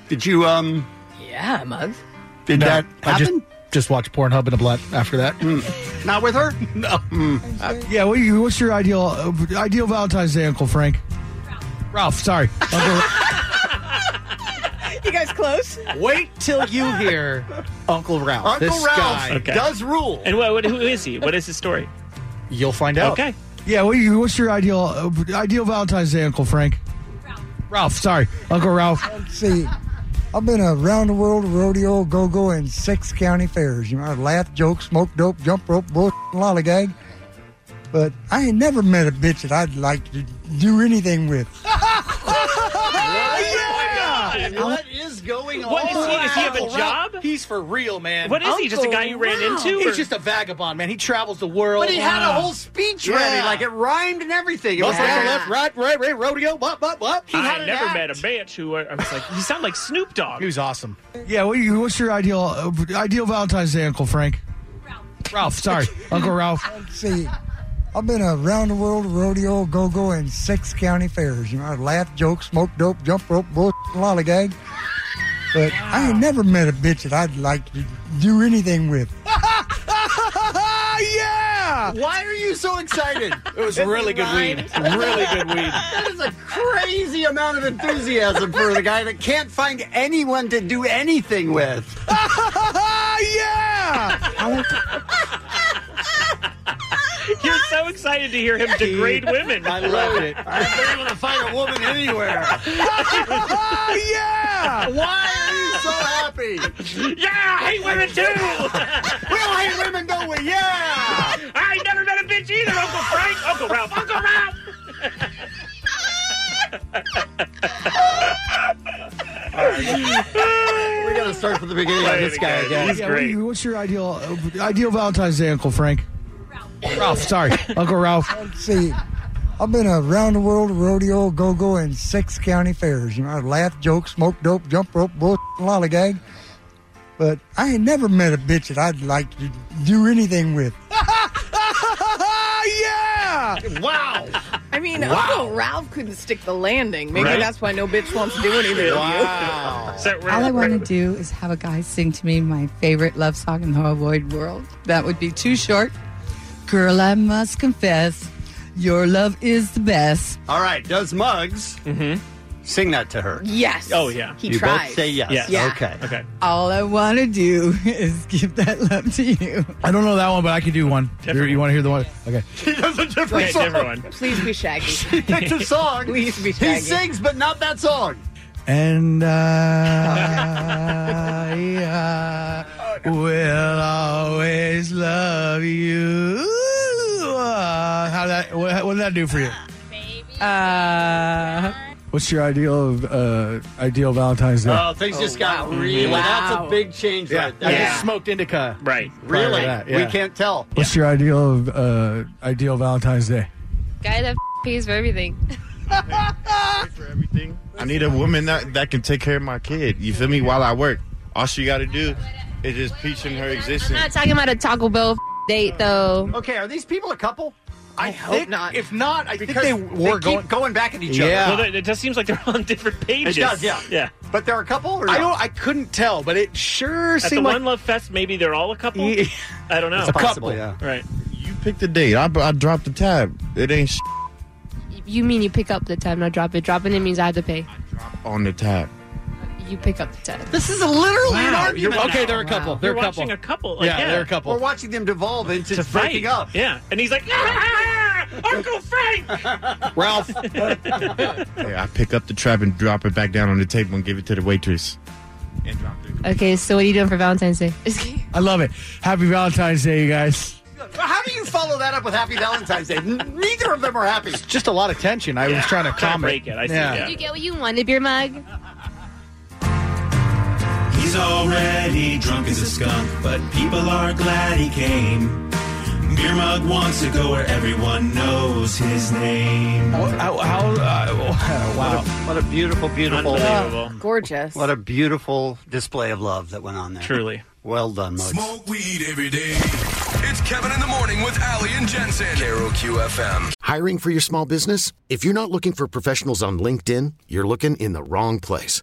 Did you um Yeah, mug. Did that I just just watch Pornhub and a blunt after that. Hmm. Not with her? No. Uh, yeah. What you, what's your ideal uh, ideal Valentine's Day, Uncle Frank? Ralph. Sorry. Uncle- You guys close? Wait till you hear Uncle Ralph. Uncle this Ralph guy Okay. does rule. And what, what, who is he? What is his story? You'll find out. Okay. Yeah. What you, what's your ideal uh, ideal Valentine's Day, Uncle Frank? Ralph. Sorry, Uncle Ralph. See, I've been around the world rodeo, go go, and six county fairs. You know, I laugh, joke, smoke dope, jump rope, bull, lollygag. But I ain't never met a bitch that I'd like to do anything with. What is going Oh, What, on? is he- does he have a Uncle job? Ralph, He's for real, man. What is he, just a guy you ran Uncle into, He's or- just a vagabond, man. He travels the world. But he had a whole speech ready, like it rhymed and everything. It Left, was like right, a- left, right, right, right, rodeo, what, what, what? I had never met a bitch who I was like, you sound like Snoop Dogg. He was awesome. Yeah, what you, what's your ideal uh, ideal Valentine's Day, Uncle Frank? Ralph. Ralph, sorry, Uncle Ralph. See, I've been around the world rodeo, go go, and six county fairs. You know, I laugh, joke, smoke dope, jump rope, bull, lollygag. But I ain't never met a bitch that I'd like to do anything with. yeah! Why are you so excited? It was really good weed. Really good weed. That is a crazy amount of enthusiasm for the guy that can't find anyone to do anything with. yeah! You're so excited to hear him degrade women. I love it. I've been able to find a woman anywhere. yeah! Why are you so happy? Yeah, I hate women too. we all hate women, don't we? Yeah. I ain't never met a bitch either, Uncle Frank, Uncle Ralph, Uncle Ralph. We're gonna start from the beginning of this guy again. Yeah, what you- what's your ideal uh, ideal Valentine's Day, Uncle Frank? Ralph. Ralph, sorry, Uncle Ralph. See, I've been around the world rodeo, go go, and six county fairs. You know, I laugh, joke, smoke dope, jump rope, bull, lollygag. But I ain't never met a bitch that I'd like to do anything with. yeah! Wow. I mean, Wow. Uncle Ralph couldn't stick the landing. Maybe Right. that's why no bitch wants to do anything with Wow. All I want to do is have a guy sing to me my favorite love song in the whole wide world. That would be too short. Girl, I must confess, your love is the best. All right, does Muggs sing that to her? Yes. Mm-hmm. Oh yeah. He you tries. both say yes. Yes. Yeah. Okay. Okay. All I want to do is give that love to you. I don't know that one, but I can do one. You, want to hear the one? Okay. He does a different Okay, song. different one. Please be shaggy. He picked a song. Please be He shaggy. sings, but not that song. And I, I will always love you. Uh, How that? What, what did that do for you? Uh, What's your ideal of uh, ideal Valentine's Day? Oh, things just got real. That's a big change right there. I just smoked indica. Right. Really? that, We yeah. can't tell. What's your ideal of uh, ideal Valentine's Day? Guy that pays for everything. I need a woman that, that can take care of my kid. You feel me? While I work, all she got to do is just peach in her I'm existence. not talking about a Taco Bell date though. Okay, are these Oh, people a couple? I, hope not. If not, I Because think they were keep going. going back at each Yeah. other. Well, it- it just seems like they're on different pages. does, yeah. Yeah. But they're a couple, or I don't. I couldn't tell, but it sure At the seemed like One Love Fest, maybe they're all a couple. I don't know. It's possible, yeah. Right. You pick the date. I, I dropped the tab. It ain't sh- You mean you pick up the tab, not drop it. Dropping it means I have to pay. on the tab. You pick up the tab. This is literally an Wow, argument. you're- okay, now. they're a couple. Wow. They're a You're watching couple. a couple, like, Yeah, yeah. they're a couple. We're watching them devolve into To fight. breaking up. Yeah. And he's like, "Ah, Uncle Frank! Ralph. Hey, I pick up the trap and drop it back down on the table and give it to the waitress. Okay, so what are you doing for Valentine's Day? I love it. Happy Valentine's Day, you guys. How do you follow that up with Happy Valentine's Day? N- Neither of them are happy. just a lot of tension. I was trying to comment. break it. I see, yeah. Did you get what you wanted, beer mug? He's already drunk as a skunk, but people are glad he came. Beer Mug wants to go where everyone knows his name. How? uh, wow. What a beautiful, beautiful, Unbelievable. Gorgeous. What a beautiful display of love that went on there. Truly. Well done, Muggs. Smoke weed every day. It's Kevin in the Morning with Ali and Jensen. Carol QFM. Hiring for your small business? If you're not looking for professionals on LinkedIn, you're looking in the wrong place.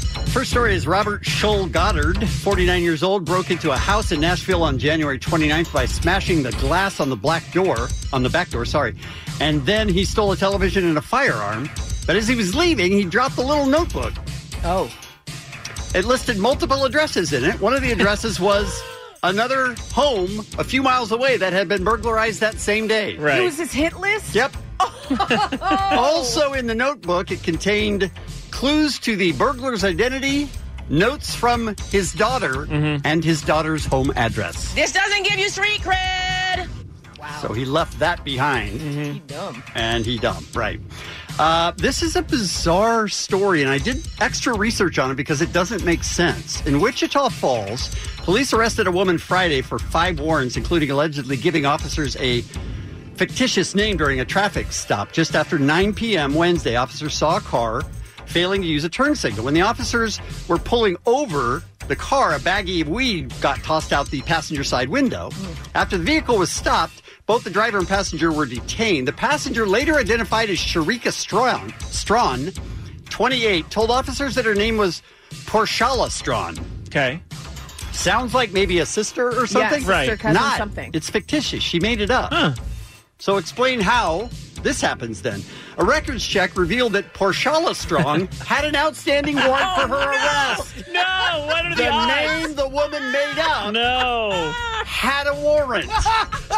First story is Robert Scholl Goddard, 49 years old, broke into a house in Nashville on January 29th by smashing the glass on the black door, on the back door, sorry. And then he stole a television and a firearm. But as he was leaving, he dropped a little notebook. Oh. It listed multiple addresses in it. One of the addresses was another home a few miles away that had been burglarized that same day. It was his hit list? Yep. also in the notebook, it contained clues to the burglar's identity, notes from his daughter, and his daughter's home address. This doesn't give you street cred. So he left that behind. Dumb. And he dumped, right. Uh, this is a bizarre story, and I did extra research on it because it doesn't make sense. In Wichita Falls, police arrested a woman Friday for five warrants, including allegedly giving officers a fictitious name during a traffic stop. Just after 9 p.m. Wednesday, officers saw a car failing to use a turn signal. When the officers were pulling over the car, a baggie of weed got tossed out the passenger side window. After the vehicle was stopped, both the driver and passenger were detained. The passenger, later identified as Sharika Strawn, Strawn 28, told officers that her name was Porchala Strawn. Okay. Sounds like maybe a sister or Yeah, something? sister, Right. cousin, Not. something. It's fictitious. She made it up. So explain how this happens then. A records check revealed that Porchala Strong had an outstanding warrant for her arrest. No, what are the, The odds? name the woman made up No. had a warrant.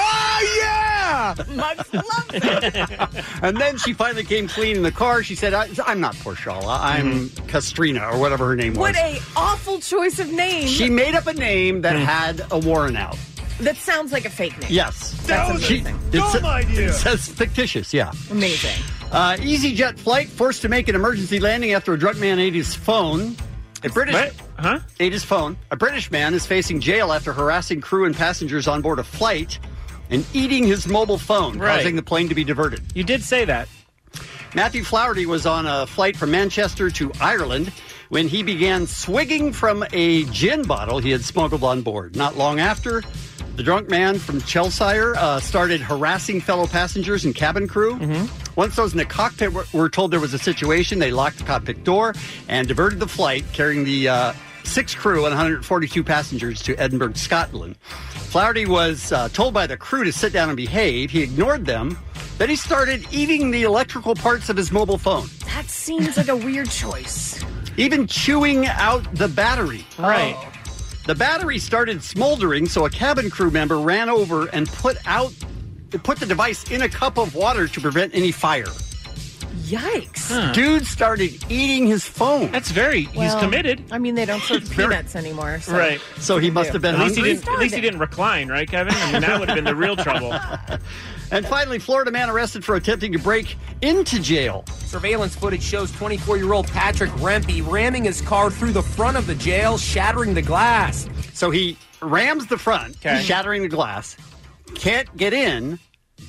yeah! Mugs loves it. and then she finally came clean in the car. She said, I, I'm not Porchala. I'm Castrina or whatever her name was. What a awful choice of name. She made up a name that had a warrant out. That sounds like a fake name. Yes. That's amazing. It's- It says fictitious, yeah. Amazing. Uh, EasyJet flight forced to make an emergency landing after a drunk man ate his phone. A British huh? ate his phone. A British man is facing jail after harassing crew and passengers on board a flight and eating his mobile phone, Right. causing the plane to be diverted. You did say that. Matthew Flowerty was on a flight from Manchester to Ireland when he began swigging from a gin bottle he had smuggled on board. Not long after, the drunk man from Cheshire uh, started harassing fellow passengers and cabin crew. Once those in the cockpit were, were told there was a situation, they locked the cockpit door and diverted the flight, carrying the uh, six crew and 142 passengers to Edinburgh, Scotland. Flaherty was uh, told by the crew to sit down and behave. He ignored them. Then he started eating the electrical parts of his mobile phone, That seems like a weird choice. even chewing out the battery. Right. The battery started smoldering, so a cabin crew member ran over and put out put the device in a cup of water to prevent any fire. Yikes. Dude started eating his phone. That's very Well, I mean, they don't serve peanuts anymore. So right. So he must have been At least he hungry? didn't. At least he didn't recline, right, Kevin? I mean, that would have been the real trouble. And finally, Florida man arrested for attempting to break into jail. Surveillance footage shows 24 year old Patrick Rempe ramming his car through the front of the jail, shattering the glass. So he rams the front, shattering the glass, can't get in,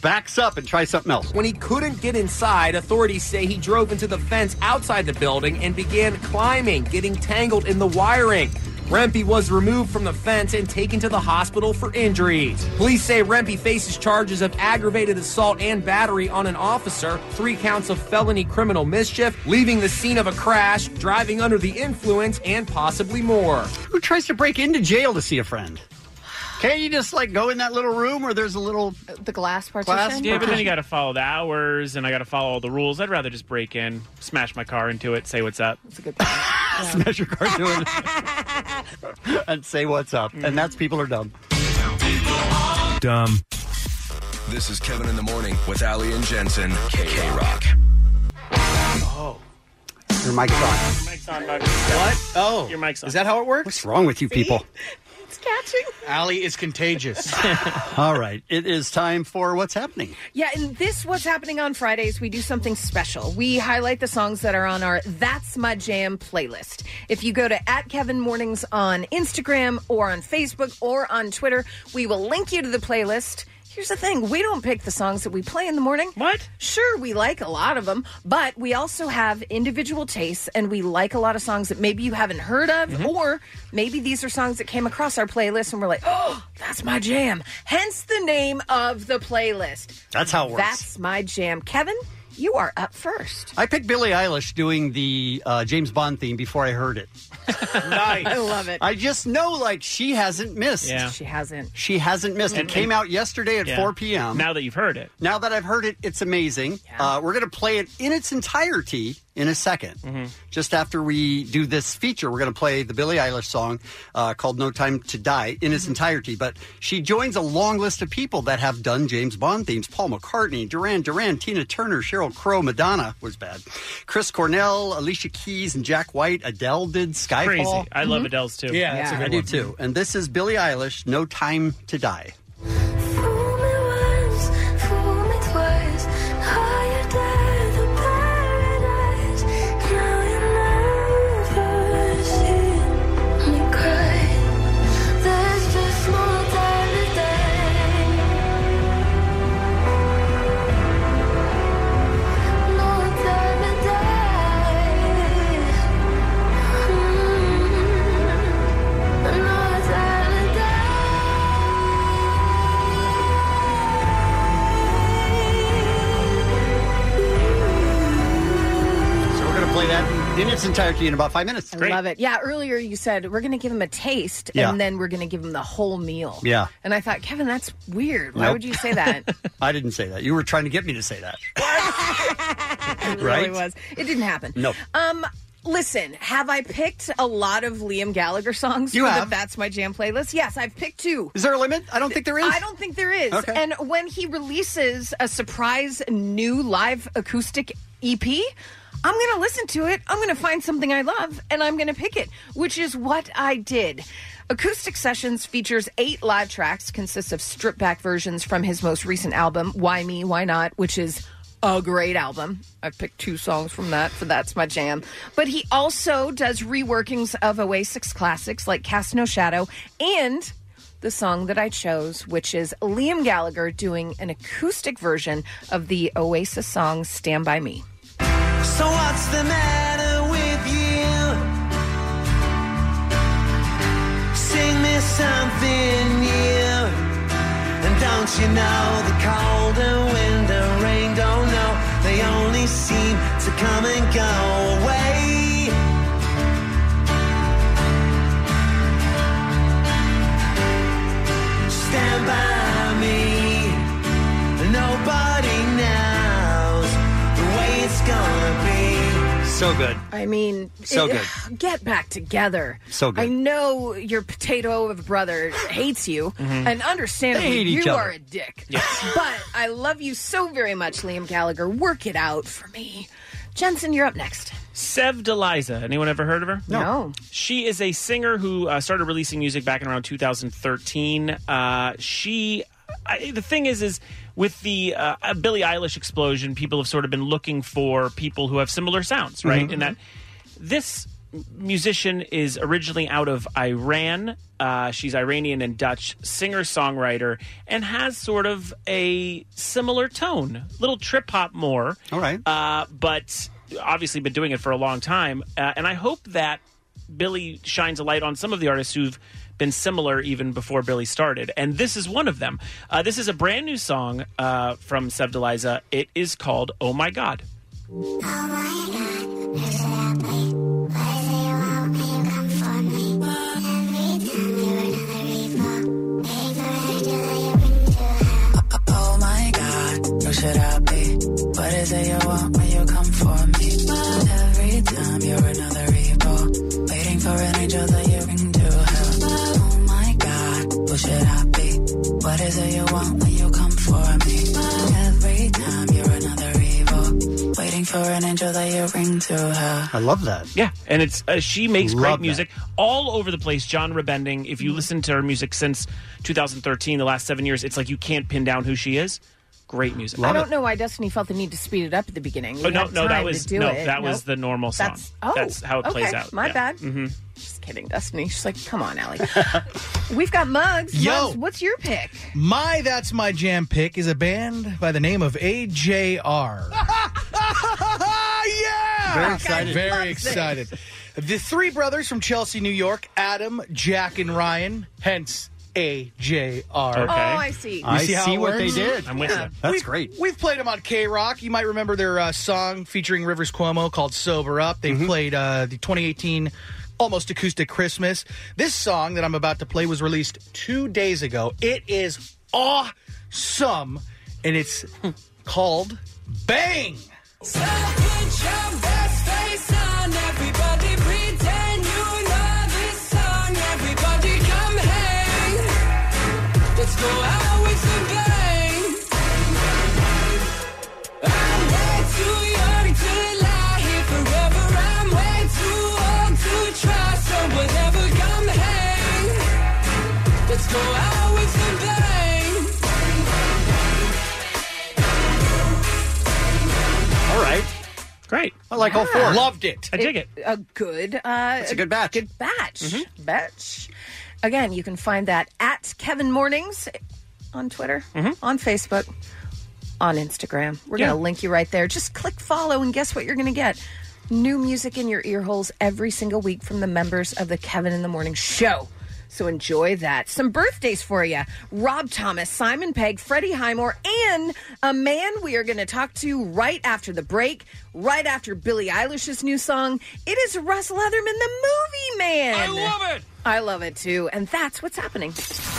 backs up, and tries something else. When he couldn't get inside, authorities say he drove into the fence outside the building and began climbing, getting tangled in the wiring. Rempe was removed from the fence and taken to the hospital for injuries. Police say Rempe faces charges of aggravated assault and battery on an officer, three counts of felony criminal mischief, leaving the scene of a crash, driving under the influence, and possibly more. Who tries to break into jail to see a friend? Can't you just like go in that little room where there's a little the glass Glass- Yeah, but then you got to follow the hours, and I got to follow all the rules. I'd rather just break in, smash my car into it, say what's up. That's a good smash your car into it and say what's up? And that's people are dumb. Dumb. This is Kevin in the Morning with Ali and Jensen. K Rock. Your mic's on. Mic's on, bud. What? Oh, your mic's on. Is that how it works? What's wrong with you people? It's catching. Allie is contagious. All right, it is time for what's happening. Yeah, and this what's happening on Fridays. We do something special. We highlight the songs that are on our "That's My Jam" playlist. If you go to at Kevin Mornings on Instagram or on Facebook or on Twitter, we will link you to the playlist. Here's the thing we don't pick the songs that we play in the morning. What? Sure, we like a lot of them, but we also have individual tastes and we like a lot of songs that maybe you haven't heard of, or maybe these are songs that came across our playlist and we're like, oh, that's my jam. Hence the name of the playlist. That's how it works. That's my jam. Kevin, you are up first. I picked Billie Eilish doing the uh, James Bond theme before I heard it. Oh, Nice. I love it. I just know like she hasn't missed. She hasn't. She hasn't missed. And- it came out yesterday at Yeah. 4 p.m. Now that you've heard it. Now that I've heard it, it's amazing. Uh, we're going to play it in its entirety in a 2nd Mm-hmm. Just after we do this feature, we're going to play the Billie Eilish song uh, called No Time to Die in Mm-hmm. its entirety. But she joins a long list of people that have done James Bond themes Paul McCartney, Duran Duran, Tina Turner, Cheryl Crow, Madonna was bad, Chris Cornell, Alicia Keys, and Jack White. Adele did Skyfall. Mm-hmm. Crazy. I love Mhm. Adele's too. Yeah, that's a good I do one. too. And this is Billie Eilish, No Time to Die. Mm-hmm. So we're going to play that in its entirety in about five minutes. I love it. Yeah, earlier you said we're going to give him a taste Yeah. and then we're going to give him the whole meal. Yeah. And I thought, Kevin, that's weird. Why Nope. would you say that? I didn't say that. You were trying to get me to say that. it really Right? was. It didn't happen. No. Um, listen, have I picked a lot of Liam Gallagher songs You for have. the That's My Jam playlist? Yes, I've picked two. Is there a limit? I don't think there is. I don't think there is. Okay. And when he releases a surprise new live acoustic EP, I'm going to listen to it. I'm going to find something I love and I'm going to pick it, which is what I did. Acoustic Sessions features eight live tracks, consists of strip back versions from his most recent album, Why Me, Why Not, which is a great album. I picked two songs from that, for that's my jam. But he also does reworkings of Oasis classics like Cast No Shadow and the song that I chose, which is Liam Gallagher doing an acoustic version of the Oasis song Stand By Me. So what's the matter with you? Sing me something new. And don't you know the cold and wind and rain don't know they only seem to come and go away. Stand by me. Nobody knows the way it's gonna be. So good. I mean, So get back together. So good. I know your potato of a brother hates you, Mhm. and understandably, They hate each you other. are a dick. but I love you so very much, Liam Gallagher. Work it out for me. Jensen, you're up next. Sev DeLiza. Anyone ever heard of her? No. No. She is a singer who uh, started releasing music back in around 2013. Uh, she, I, the thing is, is with the uh, uh, Billie Eilish explosion, people have sort of been looking for people who have similar sounds, right? Mhm. And that this musician is originally out of Iran. Uh, she's Iranian and Dutch singer songwriter and has sort of a similar tone, little trip hop more. All right. Uh, but obviously been doing it for a long time. Uh, and I hope that Billy shines a light on some of the artists who've been similar even before Billy started. And this is one of them. Uh, this is a brand new song uh, from Sevdaliza. It is called Oh My God. Oh my god, who should I be? What is it you want when you come for me? Every time you're another evil, waiting for an angel that you bring to hell. Oh my god, who should I be? What is it you want when you come for me? Every time you're another evil, waiting for an angel that you bring to hell. I love that. Yeah, and it's uh, she makes Love great that. music all over the place. Genre bending. If you listen to her music since 2013, the last seven years, it's like you can't pin down who she is. great music. I don't know why Destiny felt the need to speed it up at the beginning. We Oh, no, had no, that time was to do no, it. that was Nope. the normal song. That's, oh, That's how it plays okay, out. My yeah. bad. Mhm. Just kidding, Destiny. She's like, come on, Allie. We've got mugs. Yo. Mugs, what's your pick? My That's My Jam pick is a band by the name of AJR. yeah! Very excited. Very Loves this. excited. The three brothers from Chelsea, New York Adam, Jack, and Ryan, hence AJR. Okay. Oh, I see. You I see, how see it what works? they did. I'm with Yeah. you. That's We've- great. We've played them on K Rock. You might remember their uh, song featuring Rivers Cuomo called Sober Up. They Mm-hmm. played uh, the 2018 Almost Acoustic Christmas. This song that I'm about to play was released two days ago. It is awesome, and it's called Bang. Everybody pretend you know this song. Everybody come hang. Let's go out with a bang. I'm way too young to lie here forever. I'm way too old to try. So whatever, come hang. Let's go out with a bang. All right. Great. I like all four. A good. Uh, That's a good batch. Good batch. Mm-hmm. Batch. Again, you can find that at Kevin Mornings on Twitter, Mm-hmm. on Facebook, on Instagram. We're Yeah. going to link you right there. Just click follow, and guess what you're going to get? New music in your ear holes every single week from the members of the Kevin in the Morning show. So enjoy that. Some birthdays for you Rob Thomas, Simon Pegg, Freddie Highmore, and a man we are going to talk to right after the break, right after Billie Eilish's new song. It is Russ Leatherman, the movie man. I love it. I love it too. And that's what's happening.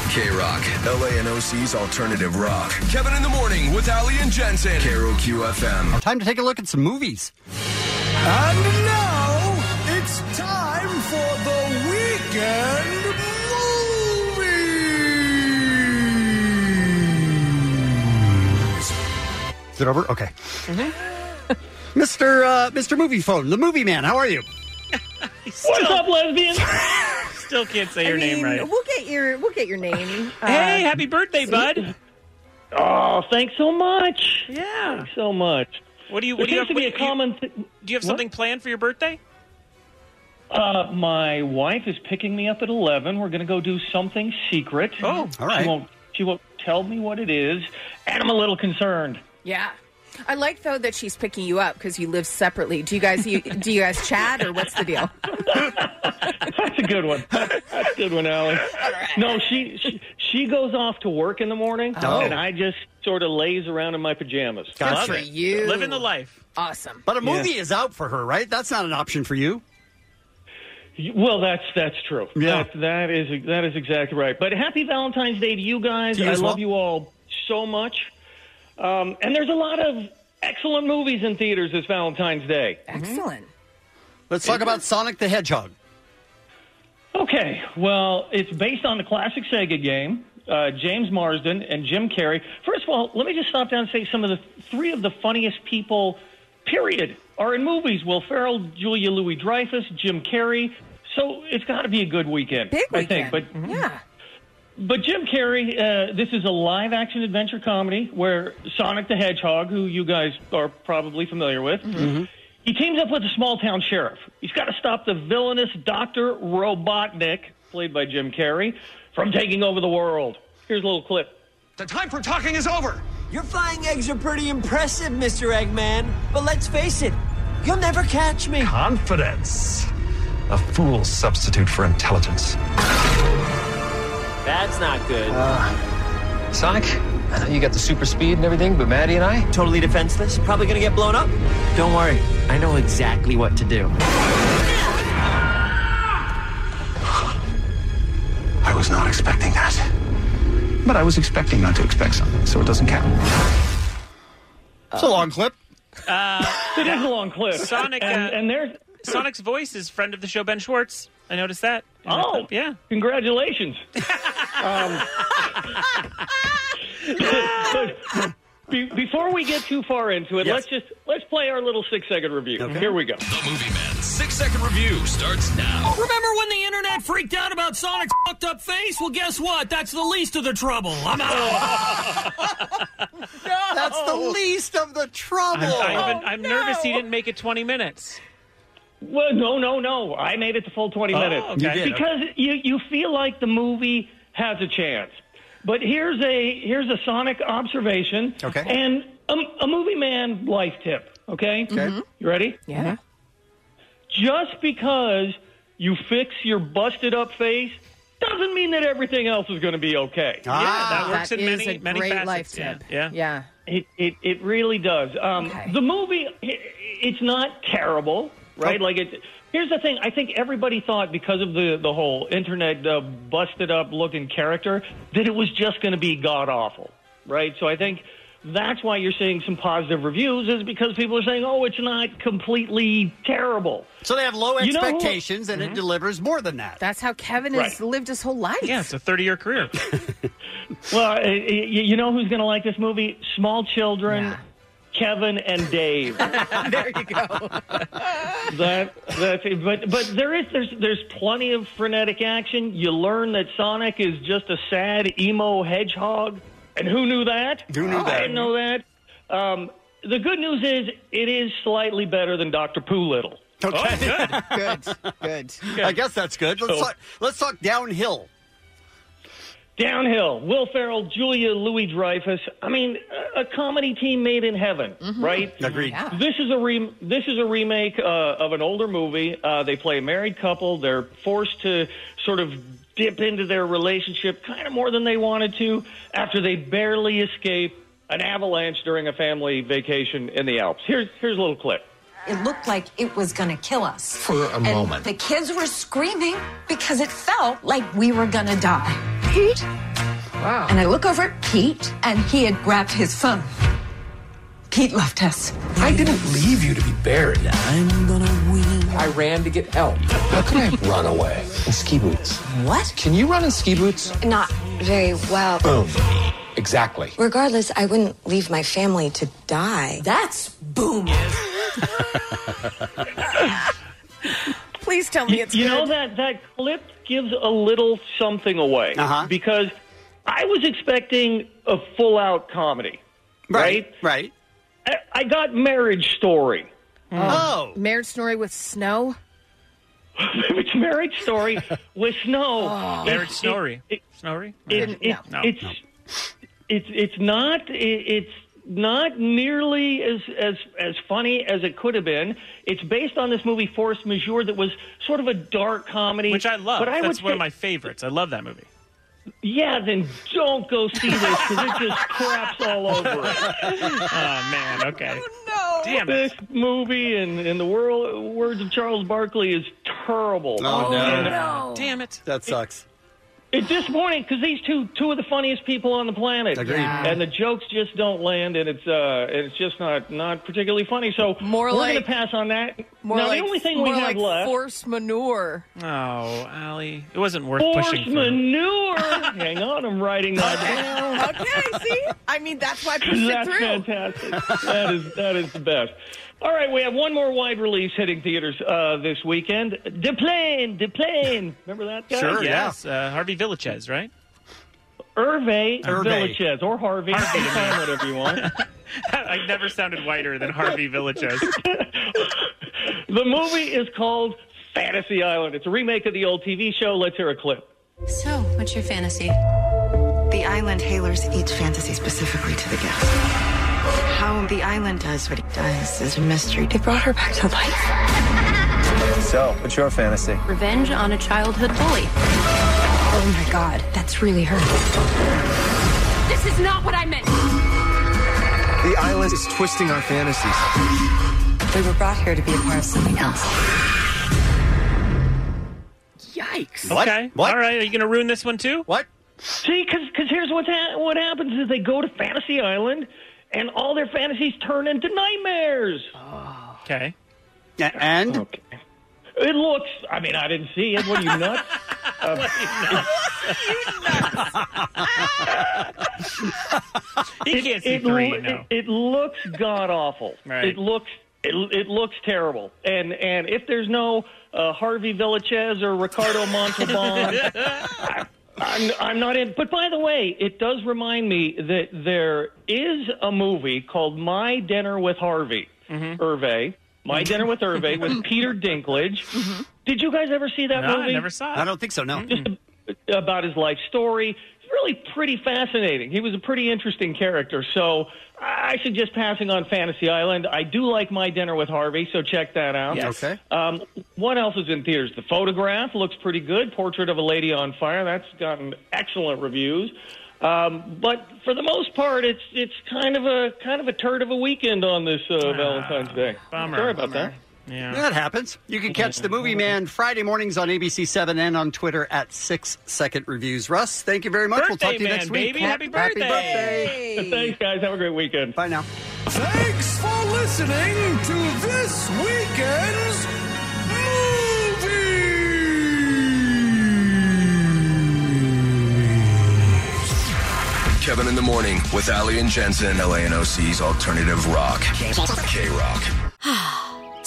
K Rock, LA and OC's alternative rock. Kevin in the morning with Ali and Jensen. Carol QFM. Time to take a look at some movies. And now it's time for the weekend movies. Is it over? Okay. Mr. Uh, Mr. Movie Phone, the movie man, how are you? What's up, lesbian? Still can't say your name right. We'll get your we'll get your name. uh, Hey, happy birthday, bud! Uh, Oh, thanks so much. Yeah. Thanks so much. What do you? There What do you seems have? to be what- a common. Th- do you have What? something planned for your birthday? uh, my wife is picking me up at eleven. We're going to go do something secret. Oh, all right. She won't. She won't tell me what it is, and I'm a little concerned. Yeah. I like though that she's picking you up because you live separately. Do you guys you, do you guys chat or what's the deal? That's a good one. That's a good one, Allie. No, she, she she goes off to work in the morning, Oh. and I just sort of lays around in my pajamas. Gotcha. Good for you. Living the life. Awesome. But a movie is out for her, right? That's not an option for you. Well, that's that's true. Yeah. That, that is that is exactly right. But happy Valentine's Day to you guys. To you I as love well. you all so much. Um, and there's a lot of excellent movies in theaters this Valentine's Day. Excellent. Let's talk about Sonic the Hedgehog. Okay, well, it's based on the classic Sega game. Uh, James Marsden and Jim Carrey. First of all, let me just stop down and say some of the three of the funniest people, period, are in movies. Will Ferrell, Julia Louis Dreyfus, Jim Carrey. So it's got to be a good weekend, Big I think. weekend. But yeah. But Jim Carrey, uh, this is a live action adventure comedy where Sonic the Hedgehog, who you guys are probably familiar with, he teams up with a small town sheriff. He's got to stop the villainous Dr. Robotnik, played by Jim Carrey, from taking over the world. Here's a little clip. The time for talking is over. Your flying eggs are pretty impressive, Mr. Eggman. But let's face it, you'll never catch me. Confidence. A fool's substitute for intelligence. That's not good. Uh, Sonic, I know you got the super speed and everything, but Maddie and I? Totally defenseless. Probably gonna get blown up. Don't worry, I know exactly what to do. I was not expecting that. But I was expecting not to expect something, so it doesn't count. It's a long clip. it is a long clip. Uh, Sonic And- uh, and there's Sonic's voice is friend of the show Ben Schwartz. I noticed that. Oh, yeah. Congratulations. um, but be, before we get too far into it, Yes. let's just let's play our little six second review. Here we go. The Movie Man's six second review starts now. Oh, Remember when the internet freaked out about Sonic's fucked up face? Well, guess what? That's the least of the trouble. I'm out. That's the least of the trouble. I'm, I'm, I'm nervous he didn't make it 20 minutes. Well, no, no, no. I made it the full 20 Oh, minutes. okay. You did, Because you, you feel like the movie has a chance. But here's a here's a sonic observation okay. and a, a movie man life tip, okay? Mm-hmm. Okay. Mhm. You ready? Yeah. Just because you fix your busted up face doesn't mean that everything else is going to be okay. Ah. Yeah, that works in is many- a many great facets. life tip. Yeah. yeah. It, it, it really does. Um, The movie, i it's not terrible, right? Like it. Here's the thing. I think everybody thought because of the the whole internet uh, busted up looking character that it was just going to be god awful, right? So I think that's why you're seeing some positive reviews is because people are saying, oh, it's not completely terrible. So they have low You know who- expectations and it delivers more than that. That's how Kevin has lived his whole life. Yeah, it's a 30 year career. Well, uh, y- you know who's going to like this movie? Small children, Kevin and Dave. there you go. that that's it. but but there is there's there's plenty of frenetic action. You learn that Sonic is just a sad emo hedgehog, and who knew that? Who knew I that? didn't know that. Um, the good news is it is slightly better than Doctor Poolittle. Oh, Okay. good, good, I guess that's good. Let's talk- let's talk downhill. Downhill. Will Ferrell, Julia Louis Dreyfus. I mean, a a comedy team made in heaven, right? Agreed. This is a re- this is a remake uh, of an older movie. Uh, they play a married couple. They're forced to sort of dip into their relationship kind of more than they wanted to after they barely escape an avalanche during a family vacation in the Alps. Here's here's a little clip. It looked like it was going to kill us. For a and moment. The kids were screaming because it felt like we were going to die. Pete? Wow. And I look over at Pete, and he had grabbed his phone. Pete left us. I didn't leave you to be buried. I'm gonna win. I ran to get help. How can I run away in ski boots? What? Can you run in ski boots? Not very well. Boom. Exactly. Regardless, I wouldn't leave my family to die. That's boom. Please tell me You- it's you know good. that that clip gives a little something away because I was expecting a full out comedy, right? Right. I, I got Marriage Story. Oh. Marriage Story with Snow? it's Marriage Story with Snow. Oh. It's- Marriage it- Story. Snory? It, it, no. It's, it's it's not it, it's not nearly as as as funny as it could have been. It's based on this movie Force Majeure that was sort of a dark comedy, Which I love. But I That's would one say, of my favorites. I love that movie. Yeah, then don't go see this because it just craps all over it. Oh, man. Okay. Damn it. This movie and, and the world, words of Charles Barkley is terrible. Oh, And, uh, Damn it. That sucks. It's disappointing because these two two of the funniest people on the planet, Agreed. Yeah. and the jokes just don't land, and it's uh, and it's just not not particularly funny. So More we're like- going to pass on that. More now like, the only thing we more have like left, Force manure. Oh, Allie. It wasn't worth Force pushing. through. Uh, manure. Hang on, I'm writing that down. okay, see? I mean, that's why I pushed it That's through. fantastic. That is that is the best. All right, we have one more wide release hitting theaters uh, this weekend. De plane, de plane. Remember that guy? Sure, yes. Uh, Harvey Villachez, right? Hervé Hervé. Villachez or Harvey, anytime, whatever you want. I never sounded whiter than Harvey Villachez. The movie is called Fantasy Island. It's a remake of the old TV show. Let's hear a clip. So, what's your fantasy? The island hailers each fantasy specifically to the guest. How the island does what it does is a mystery. They brought her back to life. So, what's your fantasy? Revenge on a childhood bully. Oh my god, that's really her. This is not what I meant. The island is twisting our fantasies. We were brought here to be a part of something else. Yikes. Okay. All right. Are you going to ruin this one too? What? See, because here's what ha- what happens is they go to Fantasy Island, and all their fantasies turn into nightmares. Okay. And It looks. I mean, I didn't see it. What are you nuts? Uh, He it- can't see it three, loo- no. It, it looks god awful. Right. It looks It, it looks terrible. And and if there's no uh, Harvey Villachez or Ricardo Montalban, I- I'm, I'm not in. But by the way, it does remind me that there is a movie called My Dinner with Harvey Hervey. My Dinner with Hervey with Peter Dinklage. Did you guys ever see that No, I movie? never saw it. I don't think so, no. Just a- about his life story. It's really pretty fascinating. He was a pretty interesting character. So I suggest passing on Fantasy Island. I do like My Dinner with Harvey, so check that out. Yes. Okay. Um, what else is in theaters? The Photograph looks pretty good. Portrait of a Lady on Fire. That's gotten excellent reviews. Um, but for the most part, it's it's kind of a kind of a turd of a weekend on this uh, Valentine's Day. Ah. bummer, Sorry about bummer. that. That happens. You can catch the Movie Man Friday mornings on ABC7 and on Twitter at six second reviews. Russ, thank you very much. we'll talk to you next week. Thanks, guys. Have a great weekend. Bye now. Thanks for listening to this weekend's Kevin in the Morning with Ali and Jensen. LANOC's alternative rock. K Rock.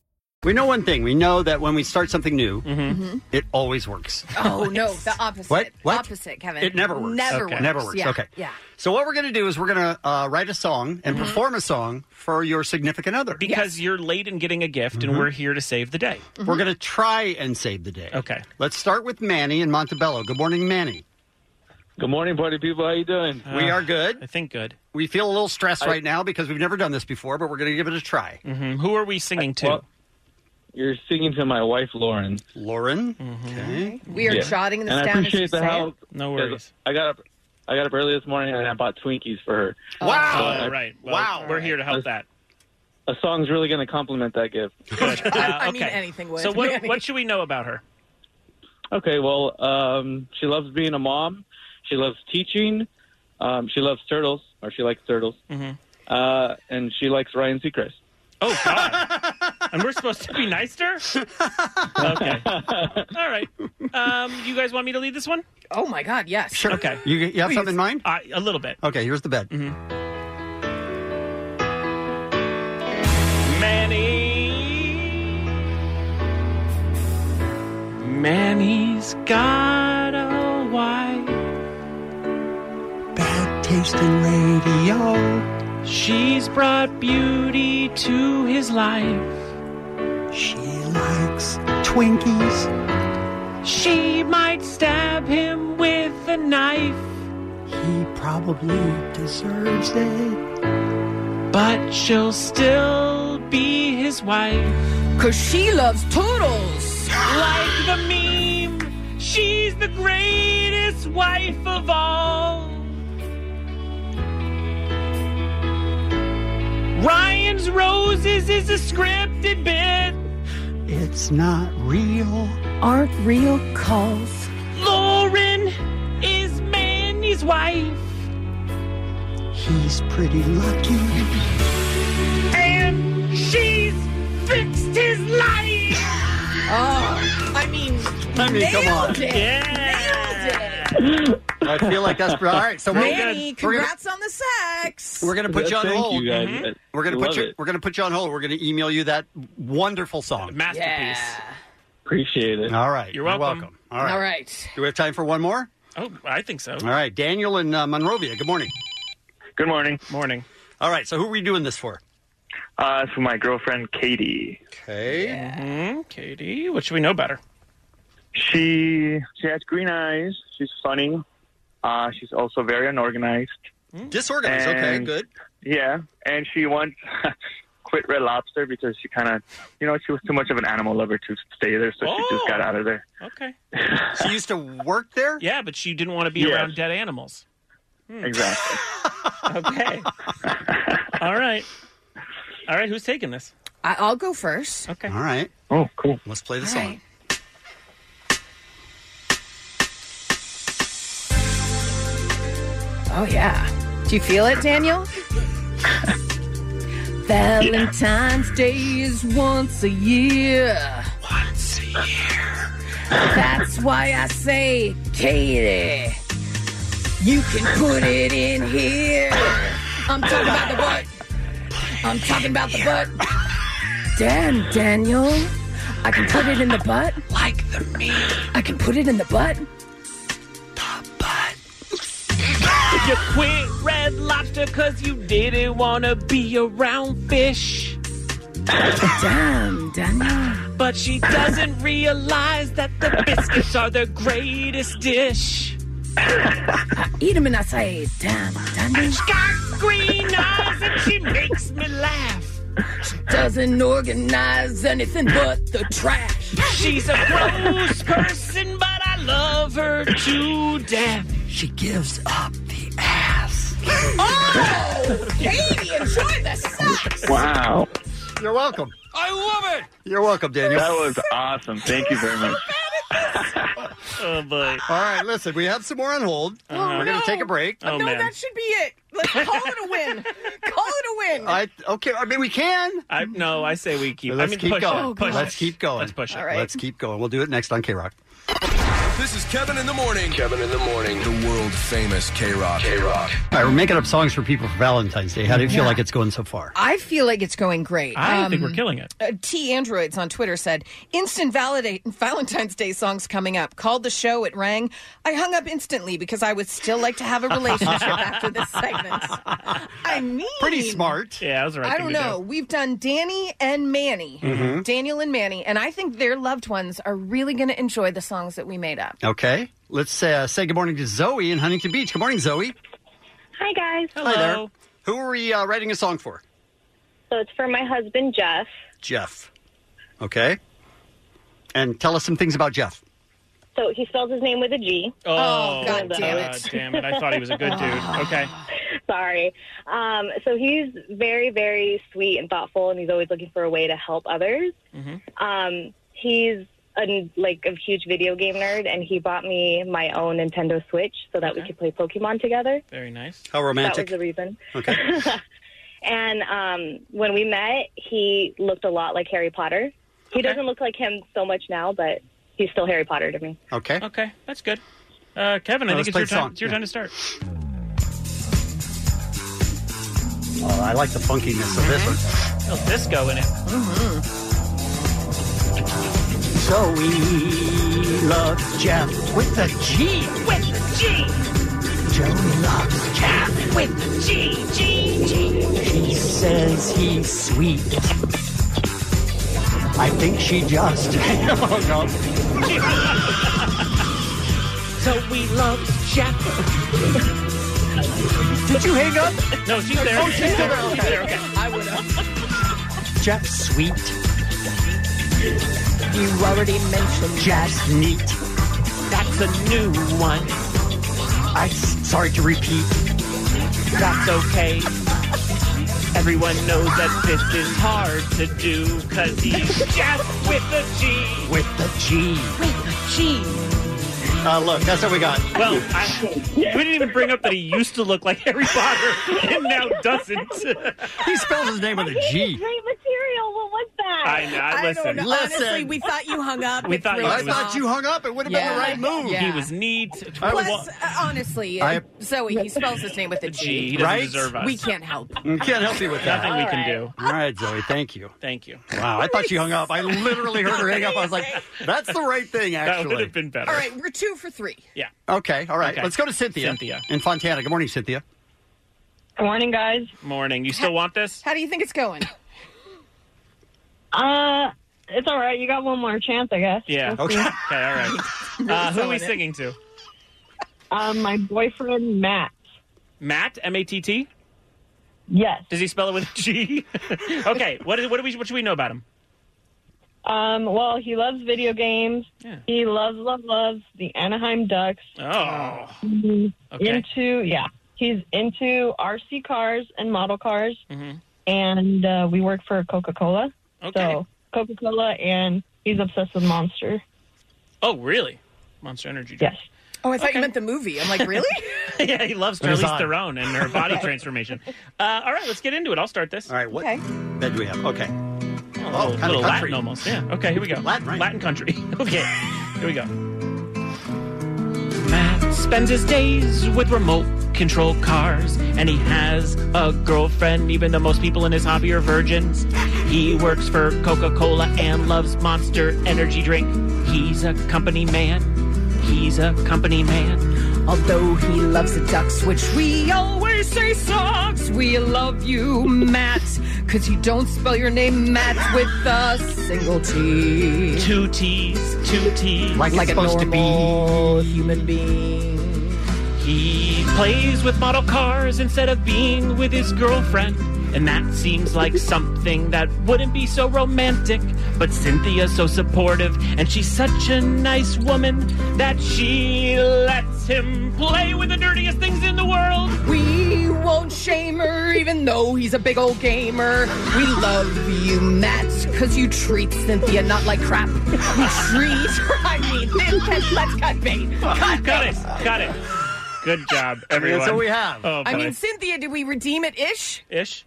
We know one thing. We know that when we start something new, Mm-hmm. it always works. Oh no, the opposite. What? What? Opposite, Kevin. It never works. Never Okay. works. Never works. Yeah. Okay. Yeah. So what we're going to do is we're going to uh, write a song and Mhm. perform a song for your significant other because you're late in getting a gift, and we're here to save the day. Mm-hmm. We're going to try and save the day. Okay. Let's start with Manny in Montebello. Good morning, Manny. Good morning, party people. How you doing? we Uh, are good. I think good. We feel a little stressed I- right now because we've never done this before, but we're going to give it a try. Mm-hmm. Who are we singing to? Well, you're singing to my wife, Lauren. Lauren. Okay. We are jotting this and down I as you appreciate the say it. help. No worries. I got up. I got up early this morning and I bought Twinkies for her. Oh. Wow. So I- All right. wow. We're here to help that. A song's really going to compliment that gift. I mean, anything would. So what, Manny. what should we know about her? Okay, well, um, she loves being a mom. She loves teaching. Um, she loves turtles, or she likes turtles. Mm-hmm. Mhm. Uh, and she likes Ryan Seacrest. Oh God! and we're supposed to be nice to her? Okay. All right. Um, you guys want me to lead this one? Oh my God! Yes. Sure. Okay. You, you have something in mind? Uh, a little bit. Mm-hmm. Okay, here's the bed. Manny. Manny's got a wife. Bad tasting radio. She's brought beauty to his life. She likes Twinkies. She might stab him with a knife. He probably deserves it. But she'll still be his wife. Cause she loves turtles. Like the meme, she's the greatest wife of all. Ryan's Roses is a scripted bit. It's not real. Aren't real calls. Lauren is Manny's wife. He's pretty lucky. And she's fixed waste his life. Oh, I mean, I mean, come on. nailed it. I feel like that's all right. So we're Manny, we're gonna- congrats on the sex. We're gonna put you on Thank hold. you, guys. Mhm. Mm-hmm. I- We're gonna I put love you. it. We're gonna put you on hold. We're gonna email you that wonderful song, masterpiece. Appreciate it. All right, You're welcome. All right. All right. Do we have time for one more? Oh, I think so. All right, Daniel in uh, Monrovia. Good morning. Good morning. Morning. All right. So who are we doing this for? Uh, for my girlfriend Katie. Okay. hmm Katie, what should we know about her? She she has green eyes. She's funny. Uh, she's also very unorganized. Disorganized. Okay, And- good. Yeah, and she once quit Red Lobster because she kind of, you know, she was too much of an animal lover to stay there, so she just got out of there. Okay. she used to work there? Yeah, but she didn't want to be Yes. around dead animals. Hmm. Exactly. okay. All right. All right, who's taking this? I, I'll go first. Okay. All right. Oh, cool. Let's play the All song. right. Oh yeah. Do you feel it, Daniel? Valentine's Day is once a year. Once a year. That's why I say, Katie, you can put it in here. I'm talking about the butt. I'm talking about the butt. Dan, Daniel, I can put it in the butt. Like the meat. I can put it in the butt. You quit Red Lobster because you didn't want to be around fish. Damn, Daniel. But she doesn't realize that the biscuits are the greatest dish. I eat them and I say, damn, Daniel. She's got green eyes and she makes me laugh. Doesn't organize anything but the trash. She's a gross person, but I love her to death. She gives up the ass. Oh, Katie, enjoy the sex. Wow. You're welcome. I love it. You're welcome, Daniel. That was awesome. Thank you very much. Oh boy. All right, listen, we have some more on hold. Uh-huh. Uh, We're Oh, gonna No. take a break. Oh, Oh, no, that should be it. Let's call it a win. call it a win. I okay. I mean, we can. I no. I say we keep. I Let's mean, keep push going. It, push Let's it. keep going. Let's push it. Let's keep going. We'll do it next on K Rock. This is Kevin in the Morning. Kevin in the Morning. The world famous K Rock. K Rock. All right, we're making up songs for people for Valentine's Day. How do you feel Yeah. like it's going so far? I feel like it's going great. I think we're killing it. Uh, T Androids on Twitter said, "Instant validate Valentine's Day songs coming up." Called the show. It rang. I hung up instantly because I would still like to have a relationship after this segment. I mean, Pretty smart. Yeah, that was the right I don't thing to know. do. We've done Danny and Manny, Mhm. Daniel and Manny, and I think their loved ones are really going to enjoy the songs that we made up. Okay, let's uh, say good morning to Zoe in Huntington Beach. Good morning, Zoe. Hi, guys. Hi there. Who are we uh, writing a song for? So it's for my husband, Jeff. Jeff. Okay. And tell us some things about Jeff. So he spells his name with a G. Oh, God damn it. God damn it. I thought he was a good dude. Okay. Sorry. Um, so he's very, very sweet and thoughtful, and he's always looking for a way to help others. Mm-hmm. Um, he's a, like a huge video game nerd, and he bought me my own Nintendo Switch so that we could play Pokemon together. Very nice. How romantic. That was the reason. Okay. and um, when we met, he looked a lot like Harry Potter. He doesn't look like him so much now, but he's still Harry Potter to me. Okay. Okay. That's good. Uh, Kevin, I Now think let's it's play your the time. song. It's your Yeah. time to start. Oh, I like the funkiness of this one. Mm-hmm. little disco in it. Zoe loves Jeff with the G. With the G. Joey loves Jeff. With the G. G. G. He says he's sweet. I think she just. oh, no. So we love Jeff. Did you hang up? No, she's there. Oh, she's She's there. there. She's there. Okay. I would have. Jeff sweet. You already mentioned Jeff's neat. That's a new one. I'm sorry to repeat. That's okay. Everyone knows that this is hard to do because he's Jeff with a G. With the G. With a G. Uh, look, that's what we got. Well, I, we didn't even bring up that he used to look like Harry Potter and now doesn't. he spells his name with a Great material. What was that? I know. listen, Honestly, we thought you hung up. We It thought threw you- us I thought off. you hung up. It would have been the Yeah. right move. Yeah. He was neat. Plus, uh, honestly, I- uh, Zoe, he spells his name with a G. G. He doesn't Right? deserve us. We can't help. We can't help you with that. Nothing we can do. All right, Zoe. Thank you. Thank you. Wow, I thought you hung up. I literally heard her hang up. I was like, "That's the right thing." That Actually, would have been better. All right, we're two for three. Yeah. Okay. All right. Okay. Let's go to Cynthia. Cynthia. in Fontana. Good morning, Cynthia. Good morning, guys. Morning. You still want this? How do you think it's going? Uh, it's all right. You got one more chance, I guess. Yeah. We'll see. Okay. All right. Uh, who are we singing to? Um, my boyfriend Matt. Matt. M A T T. Yes. Does he spell it with a G? okay. What is? What do we? What should we know about him? Um, well, he loves video games. He loves, loves, loves the Anaheim Ducks. Oh. Mhm. Okay. Into yeah, he's into RC cars and model cars, Mm-hmm. and uh, we work for Coca Cola. Okay. So Coca Cola, and he's obsessed with Monster. Oh, really? Monster Energy. Drink. Yes. Oh, I thought you meant the movie. I'm like, really? yeah, he loves It was Charlize on. Theron and her body transformation. Uh, all right, let's get into it. I'll start this. All right, what bed do we have? Okay. Oh, kind of little Latin country. almost. Yeah. Okay, here we go. Latin, Latin country. Okay, here we go. Matt spends his days with remote control cars, and he has a girlfriend, even though most people in his hobby are virgins. He works for Coca Cola and loves Monster Energy Drink. He's a company man. He's a company man. Although he loves the ducks, which we always say sucks, we love you, Matt. Cause you don't spell your name Matt with a single T. Two T's, two T's. Like, a normal human being. He plays with model cars instead of being with his girlfriend. And that seems like something that wouldn't be so romantic. But Cynthia's so supportive, and she's such a nice woman that she lets him play with the dirtiest things in the world. We won't shame her, even though he's a big old gamer. We love you, Matt, because you treat Cynthia not like crap. You treat her, I mean, this has, let's cut bait. Cut Got bait. it, got it. Good job, everyone. That's what we have. Oh, I boy. mean, Cynthia, did we redeem it ish? ish.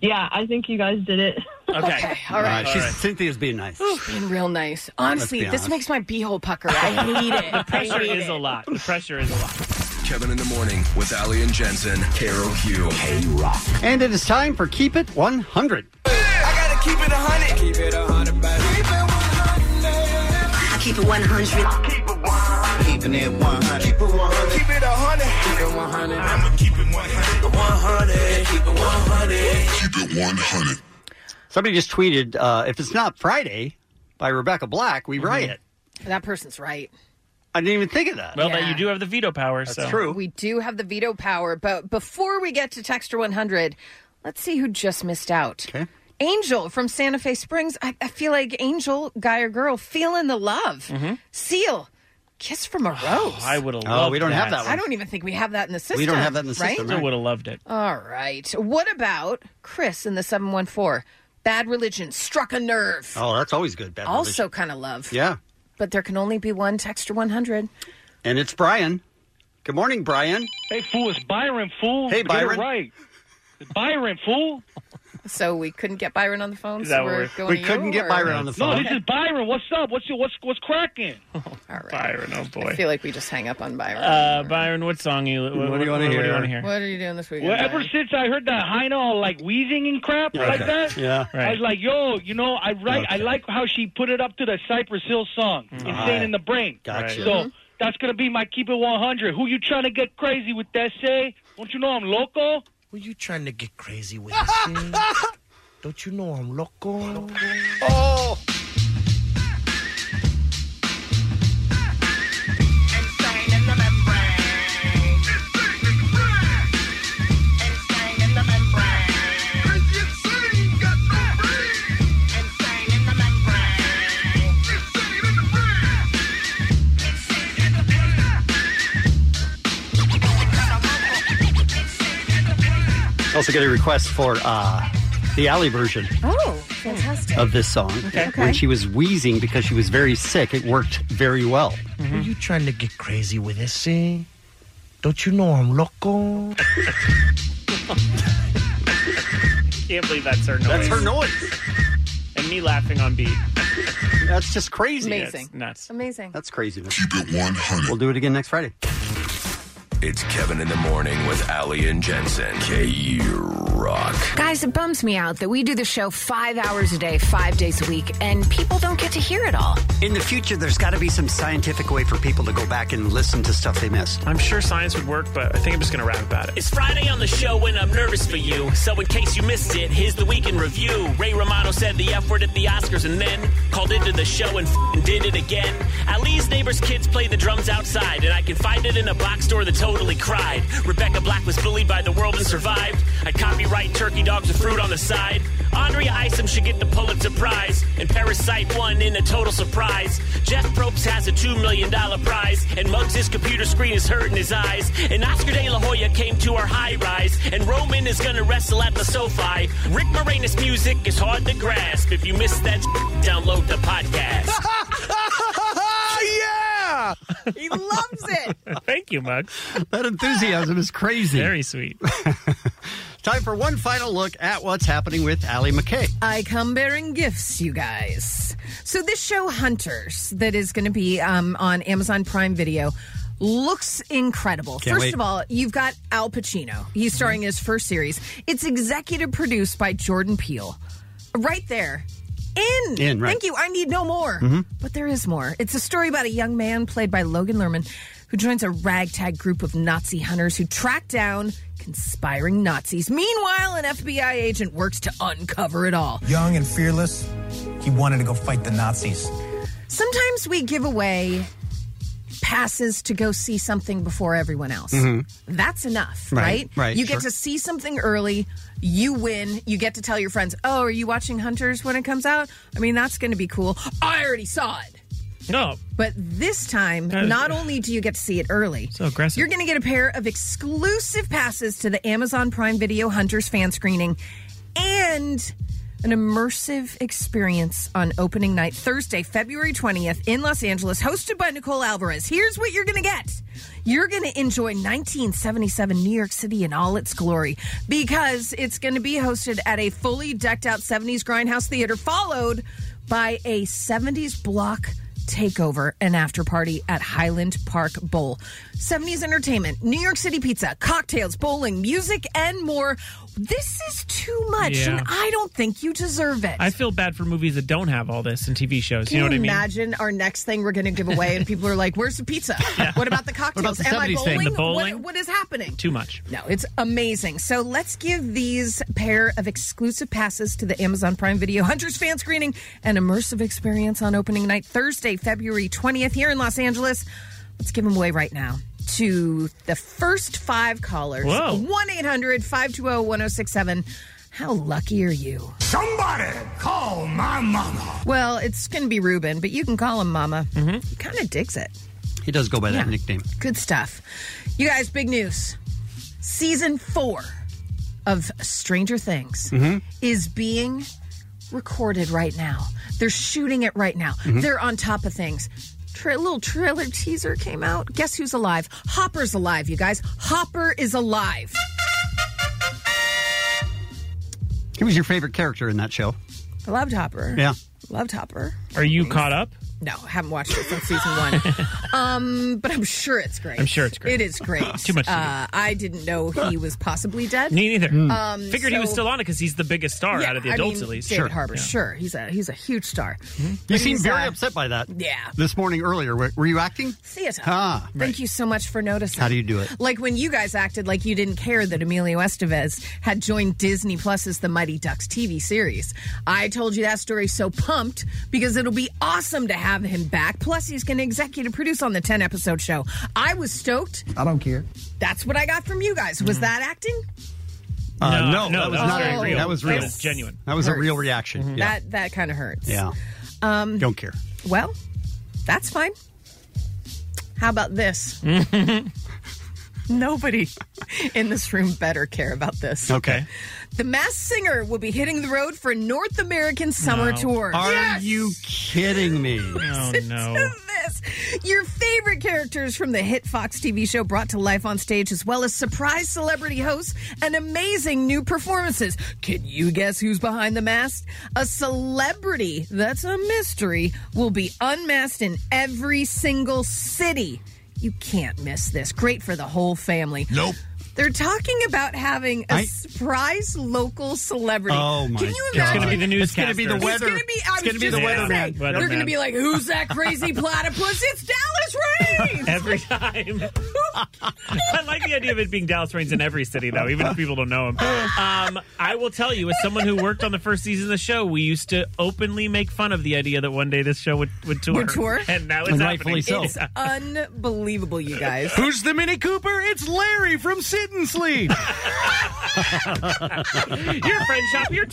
Yeah, I think you guys did it. Okay, all right. Uh, she's, Cynthia's being nice. Ooh, being real nice. Let's Honestly, be this honest. makes my beehole pucker. I hate it. The I pressure hate is it. a lot. The pressure is a lot. Kevin in the morning with Ali and Jensen. Carol Q. K Rock. And it is time for Keep It 100. Keep it a hundred. Keep it a hundred, baby. Keep it one hundred. I keep it one hundred. Keep it one hundred. Keeping it one hundred. Keep it one hundred. Keep it a hundred. Keep it one hundred. I'ma keep it one hundred. One hundred. Keep it one Mm-hmm. hundred. Keep It 100. Somebody just tweeted, uh, if it's not Friday by Rebecca Black, Mm-hmm. we riot. That person's right. I didn't even think of that. Well, Yeah. but you do have the veto power, so. We do have the veto power, but before we get to Texter 100, let's see who just missed out. Angel from Santa Fe Springs. I, I feel like Angel, guy or girl, feeling the love. Seal, kiss from a rose. I would have Oh, loved we don't have that I don't even think we have that in the system. We don't have that in the system, Right? right? would have loved it. All right. What about Chris in the 714? Bad religion struck a nerve. Oh, that's always good. Bad also kind of love. religion. Yeah. But there can only be one Texter 100. And it's Brian. Good morning, Brian. Hey, fool. It's Byron, Oh, fool. Hey, Get it Byron. right. Byron, fool. So we couldn't get Byron on the phone. so we're going to you, or- No, this is Byron. What's up? What's your, what's what's cracking? Byron, oh boy. I feel like we just hang up on Byron. Uh, Byron, what song you? What, what do you want to hear? What do you want to hear? What are you doing this weekend? Well, ever since I heard that Heino like wheezing and crap Yeah, like okay. that, Yeah. I was like, "Yo, you know, I write, I Okay. like how she put it up to the Cypress Hill song, Alright. Insane in the Brain." Gotcha. Mm-hmm. So that's gonna be my keep it one hundred. Who you trying to get crazy with that? Say, don't you know I'm loco? Who you trying to get crazy with? this, eh? Don't you know I'm loco? Oh. Also, get a request for uh, the alley version Oh, fantastic. of this song. Okay. Okay. When she was wheezing because she was very sick, it worked very well. Mm-hmm. Who you trying to get crazy with? this, eh? Don't you know I'm loco? I can't believe that's her noise. That's her noise. And me laughing on beat. That's just crazy. Amazing. Amazing. That's crazy. We'll do it again next Friday. It's Kevin in the Morning with Ali and Jensen. K Rock. Guys, it bums me out that we do the show five hours a day, five days a week, and people don't get to hear it all. In the future, there's got to be some scientific way for people to go back and listen to stuff they missed. I'm sure science would work, but I think I'm just going to rap about it. It's Friday on the show and I'm nervous for you. So in case you missed it, here's the weekend review. Ray Romano said the F word at the Oscars and then called into the show and f***ing did it again. Ali's neighbor's kids play the drums outside and I can find it in a box store that totally cried. Rebecca Black was bullied by the world and survived. I copyright turkey dogs with fruit on the side. Andrea Isom should get the Pulitzer Prize and Parasite won in a total surprise. Jeff Probst has a $2 million prize and Muggs' computer screen is hurting his eyes. And Oscar De La Hoya came to our high rise and Roman is gonna wrestle at the SoFi. Rick Moranis music is hard to grasp. If you missed that, download the podcast. yeah! He loves it. Thank you, Muggs. That enthusiasm is crazy. Very sweet. Time for one final look at what's happening with Ali McKay. I come bearing gifts, you guys. So this show, Hunters, that is going to be um, on Amazon Prime Video, looks incredible. Can't First wait. of all, you've got Al Pacino. He's starring in his first series. It's executive produced by Jordan Peele. Right there. In. In, right. Thank you. I need no more. Mhm. But there is more. It's a story about a young man played by Logan Lerman who joins a ragtag group of Nazi hunters who track down conspiring Nazis. Meanwhile, an FBI agent works to uncover it all. Young and fearless, he wanted to go fight the Nazis. Sometimes we give away passes to go see something before everyone else. Mhm. That's enough, Right, right? right, You get sure. to see something early, you win, you get to tell your friends, "Oh, are you watching Hunters when it comes out?" I mean, that's going to be cool. I already saw it. No. But this time, Uh, not only do you get to see it early, So aggressive. you're going to get a pair of exclusive passes to the Amazon Prime Video Hunters fan screening and an immersive experience on opening night, Thursday, February 20th in Los Angeles, hosted by Nicole Alvarez. Here's what you're going to get you're going to enjoy 1977 New York City in all its glory because it's going to be hosted at a fully decked out 70s Grindhouse Theater, followed by a 70s block takeover and after party at Highland Park Bowl. 70s entertainment, New York City pizza, cocktails, bowling, music, and more. This is too much, Yeah. and I don't think you deserve it. I feel bad for movies that don't have all this and TV shows. You know what I mean? imagine our next thing we're going to give away, and people are like, "Where's the pizza? What about the cocktails? the Am I 70s bowling? thing? The bowling? What, what is happening?" Too much. No, it's amazing. So let's give these pair of exclusive passes to the Amazon Prime Video Hunters fan screening and immersive experience on opening night Thursday, February 20th here in Los Angeles. Let's give them away right now to the first five callers. Whoa. 1 800 520 1067. How lucky are you? Somebody call my mama. Well, it's going to be Ruben, but you can call him Mama. He kind of digs it. He does go by that Yeah. nickname. Good stuff. You guys, big news. Season four of Stranger Things Mm-hmm. Mhm. is being recorded right now. They're shooting it right now. Mhm. They're on top of things. Tra- little trailer teaser came out. Guess who's alive? Hopper's alive, you guys. Hopper is alive. Who was your favorite character in that show? I loved Hopper. Yeah. Loved Hopper. Are you caught up? No, haven't watched it since season one. um, but I'm sure it's great. I'm sure it's great. It is great. Too much to do. uh, I didn't know he was possibly dead. Me neither. Hmm. Um, Figured he was so- still on it because he's the biggest star out of the I adults, mean, at least. David Harbour, sure, he's a he's a huge star. You But seem he's, very uh, upset by that. Yeah. This morning earlier, were, were you acting? Theater. Ah, Thank you so much for noticing. How do you do it? Like when you guys acted like you didn't care that Emilio Estevez had joined Disney Plus's The Mighty Ducks TV series. I told you that story so pumped because it'll be awesome to have him back. Plus, he's going to executive produce on the 10 episode show. I was stoked. I don't care. That's what I got from you guys. Mm-hmm. Was that acting? Uh, No, no, no, that was that was not very angry. real. That was That real. was genuine. That was a Hurts. Mm-hmm. real reaction. Yeah. That that kind of hurts. yeah. Um, Don't care. Well, that's fine. How about this? Nobody in this room better care about this. Okay. The Mass Singer will be hitting the road for North American Summer No. Tour. Are Yes! you kidding me? Oh, no. Yes! Your favorite characters from the hit Fox TV show brought to life on stage, as well as surprise celebrity hosts and amazing new performances. Can you guess who's behind the mask? A celebrity that's a mystery will be unmasked in every single city. You can't miss this. Great for the whole family. Nope. They're talking about having a surprise local celebrity. Oh my Can you God. imagine? It's gonna be the It's gonna newscaster. It's It's gonna gonna be, be- I was it's gonna be just the gonna weatherman. say, Weatherman. They're going to be like, who's that crazy platypus? It's Dallas Reigns. Every time. I like the idea of it being Dallas Reigns in every city, though, even if people don't know him. Um, I will tell you, as someone who worked on the first season of the show, we used to openly make fun of the idea that one day this show would, would tour. Would tour. And now it's And happening. rightfully It's unbelievable, you guys. Who's the Mini Cooper? It's Larry from Sit and Sleep. Your friend shop here too.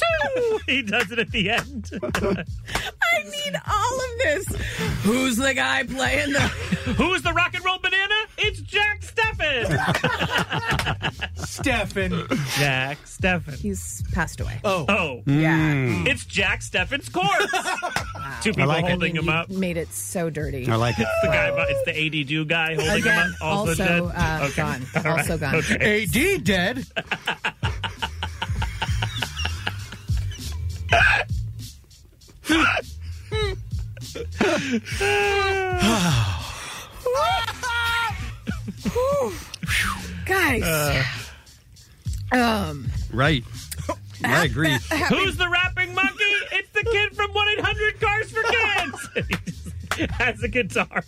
He does it at the end. I need all of this. Who's the guy playing the? Who's the rock and roll banana? It's Jack Steffen. Stefan. Jack Steffen. He's passed away. Oh. Oh. Mm. Yeah. It's Jack Steffen's corpse. Two people I mean, holding him you up. Made it so dirty. It's the guy. It's the AD Jew guy holding Again, him up. Also, also, dead. uh, gone. Also gone. AD dead. guys. um. Right. I agree. Who's the rapping monkey? It's the kid from 1 800 Cars for Kids. He just has a guitar.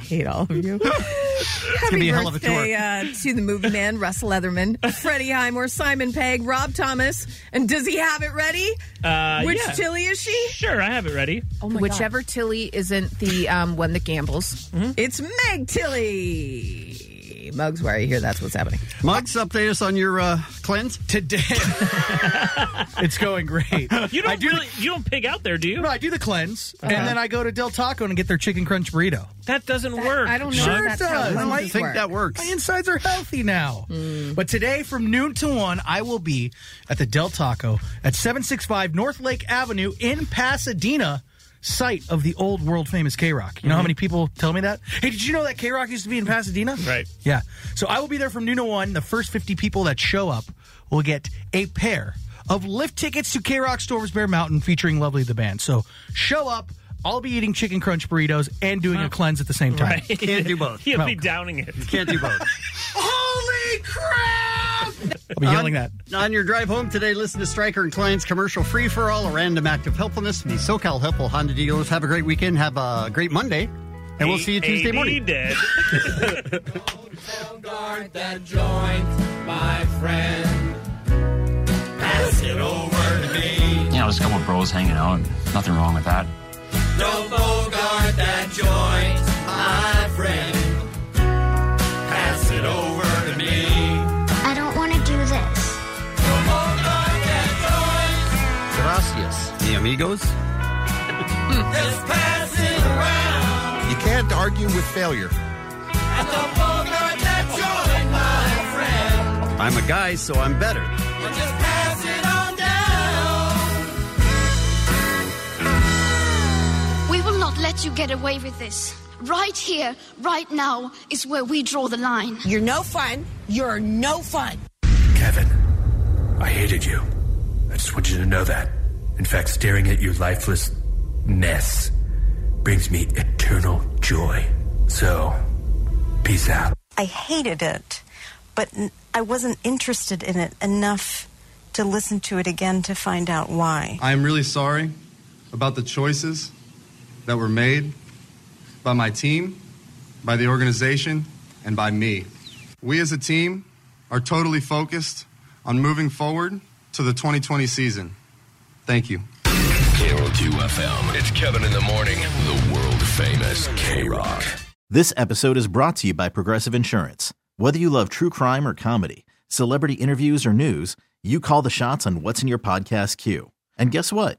hate all of you. Happy gonna be birthday a hell of a Uh, to the Movie Man, Russ Leatherman, Freddie Highmore, Simon Pegg, Rob Thomas, and does he have it ready? Uh, Which yeah. Tilly is she? Sure, I have it ready. Oh Whichever Tilly isn't the um, one that gambles, Mm-hmm. it's Meg Tilly. Mugs, where you hear that's what's happening. Mugs, update us on your uh, cleanse today. it's going great. You don't really, you don't pig out there, do you? No, I do the cleanse, Okay. and then I go to Del Taco and get their chicken crunch burrito. That doesn't work. I don't know Sure if that's it how does. cleanses I think work. that works. My insides are healthy now. Hmm. But today, from noon to one, I will be at the Del Taco at 765 North Lake Avenue in Pasadena. Site of the old world famous K Rock. You know how Mm-hmm. Mhm. many people tell me that? Hey, did you know that K Rock used to be in Pasadena? Right. Yeah. So I will be there from noon to one. The first 50 people that show up will get a pair of lift tickets to K Rock Storms Bear Mountain featuring Lovely the Band. So show up. I'll be eating chicken crunch burritos and doing a cleanse at the same time. Right. He'll be downing it. Can't do both. Holy crap! I'll be yelling that. On your drive home today, listen to Stryker and Klein's commercial free for all, a random act of helpfulness from the SoCal Helpful Honda dealers. Have a great weekend. Have a great Monday. And we'll see you Tuesday AD morning. Dead. Guard that joint, my friend. Pass it over to me. You know, just a couple of bros hanging out. Nothing wrong with that. Don't bogart that joint, my friend. Pass it over to me. I don't want to do this. Don't bogart that joint. Gracias, the amigos. Just pass it around. You can't argue with failure. And don't bogart that joint, my friend. I'm a guy, so I'm better. Just pass it on down. We will not let you get away with this. Right here, right now, is where we draw the line. You're no fun. You're no fun. Kevin, I hated you. I just want you to know that. In fact, staring at your lifelessness brings me eternal joy. So, peace out. I hated it, but n- I wasn't interested in it enough to listen to it again to find out why. I am really sorry about the choices that were made by my team, by the organization, and by me. We as a team are totally focused on moving forward to the 2020 season. Thank you. Carol QFM. It's Kevin in the morning. The world famous K Rock. This episode is brought to you by Progressive Insurance. Whether you love true crime or comedy, celebrity interviews or news, you call the shots on what's in your podcast queue. And guess what?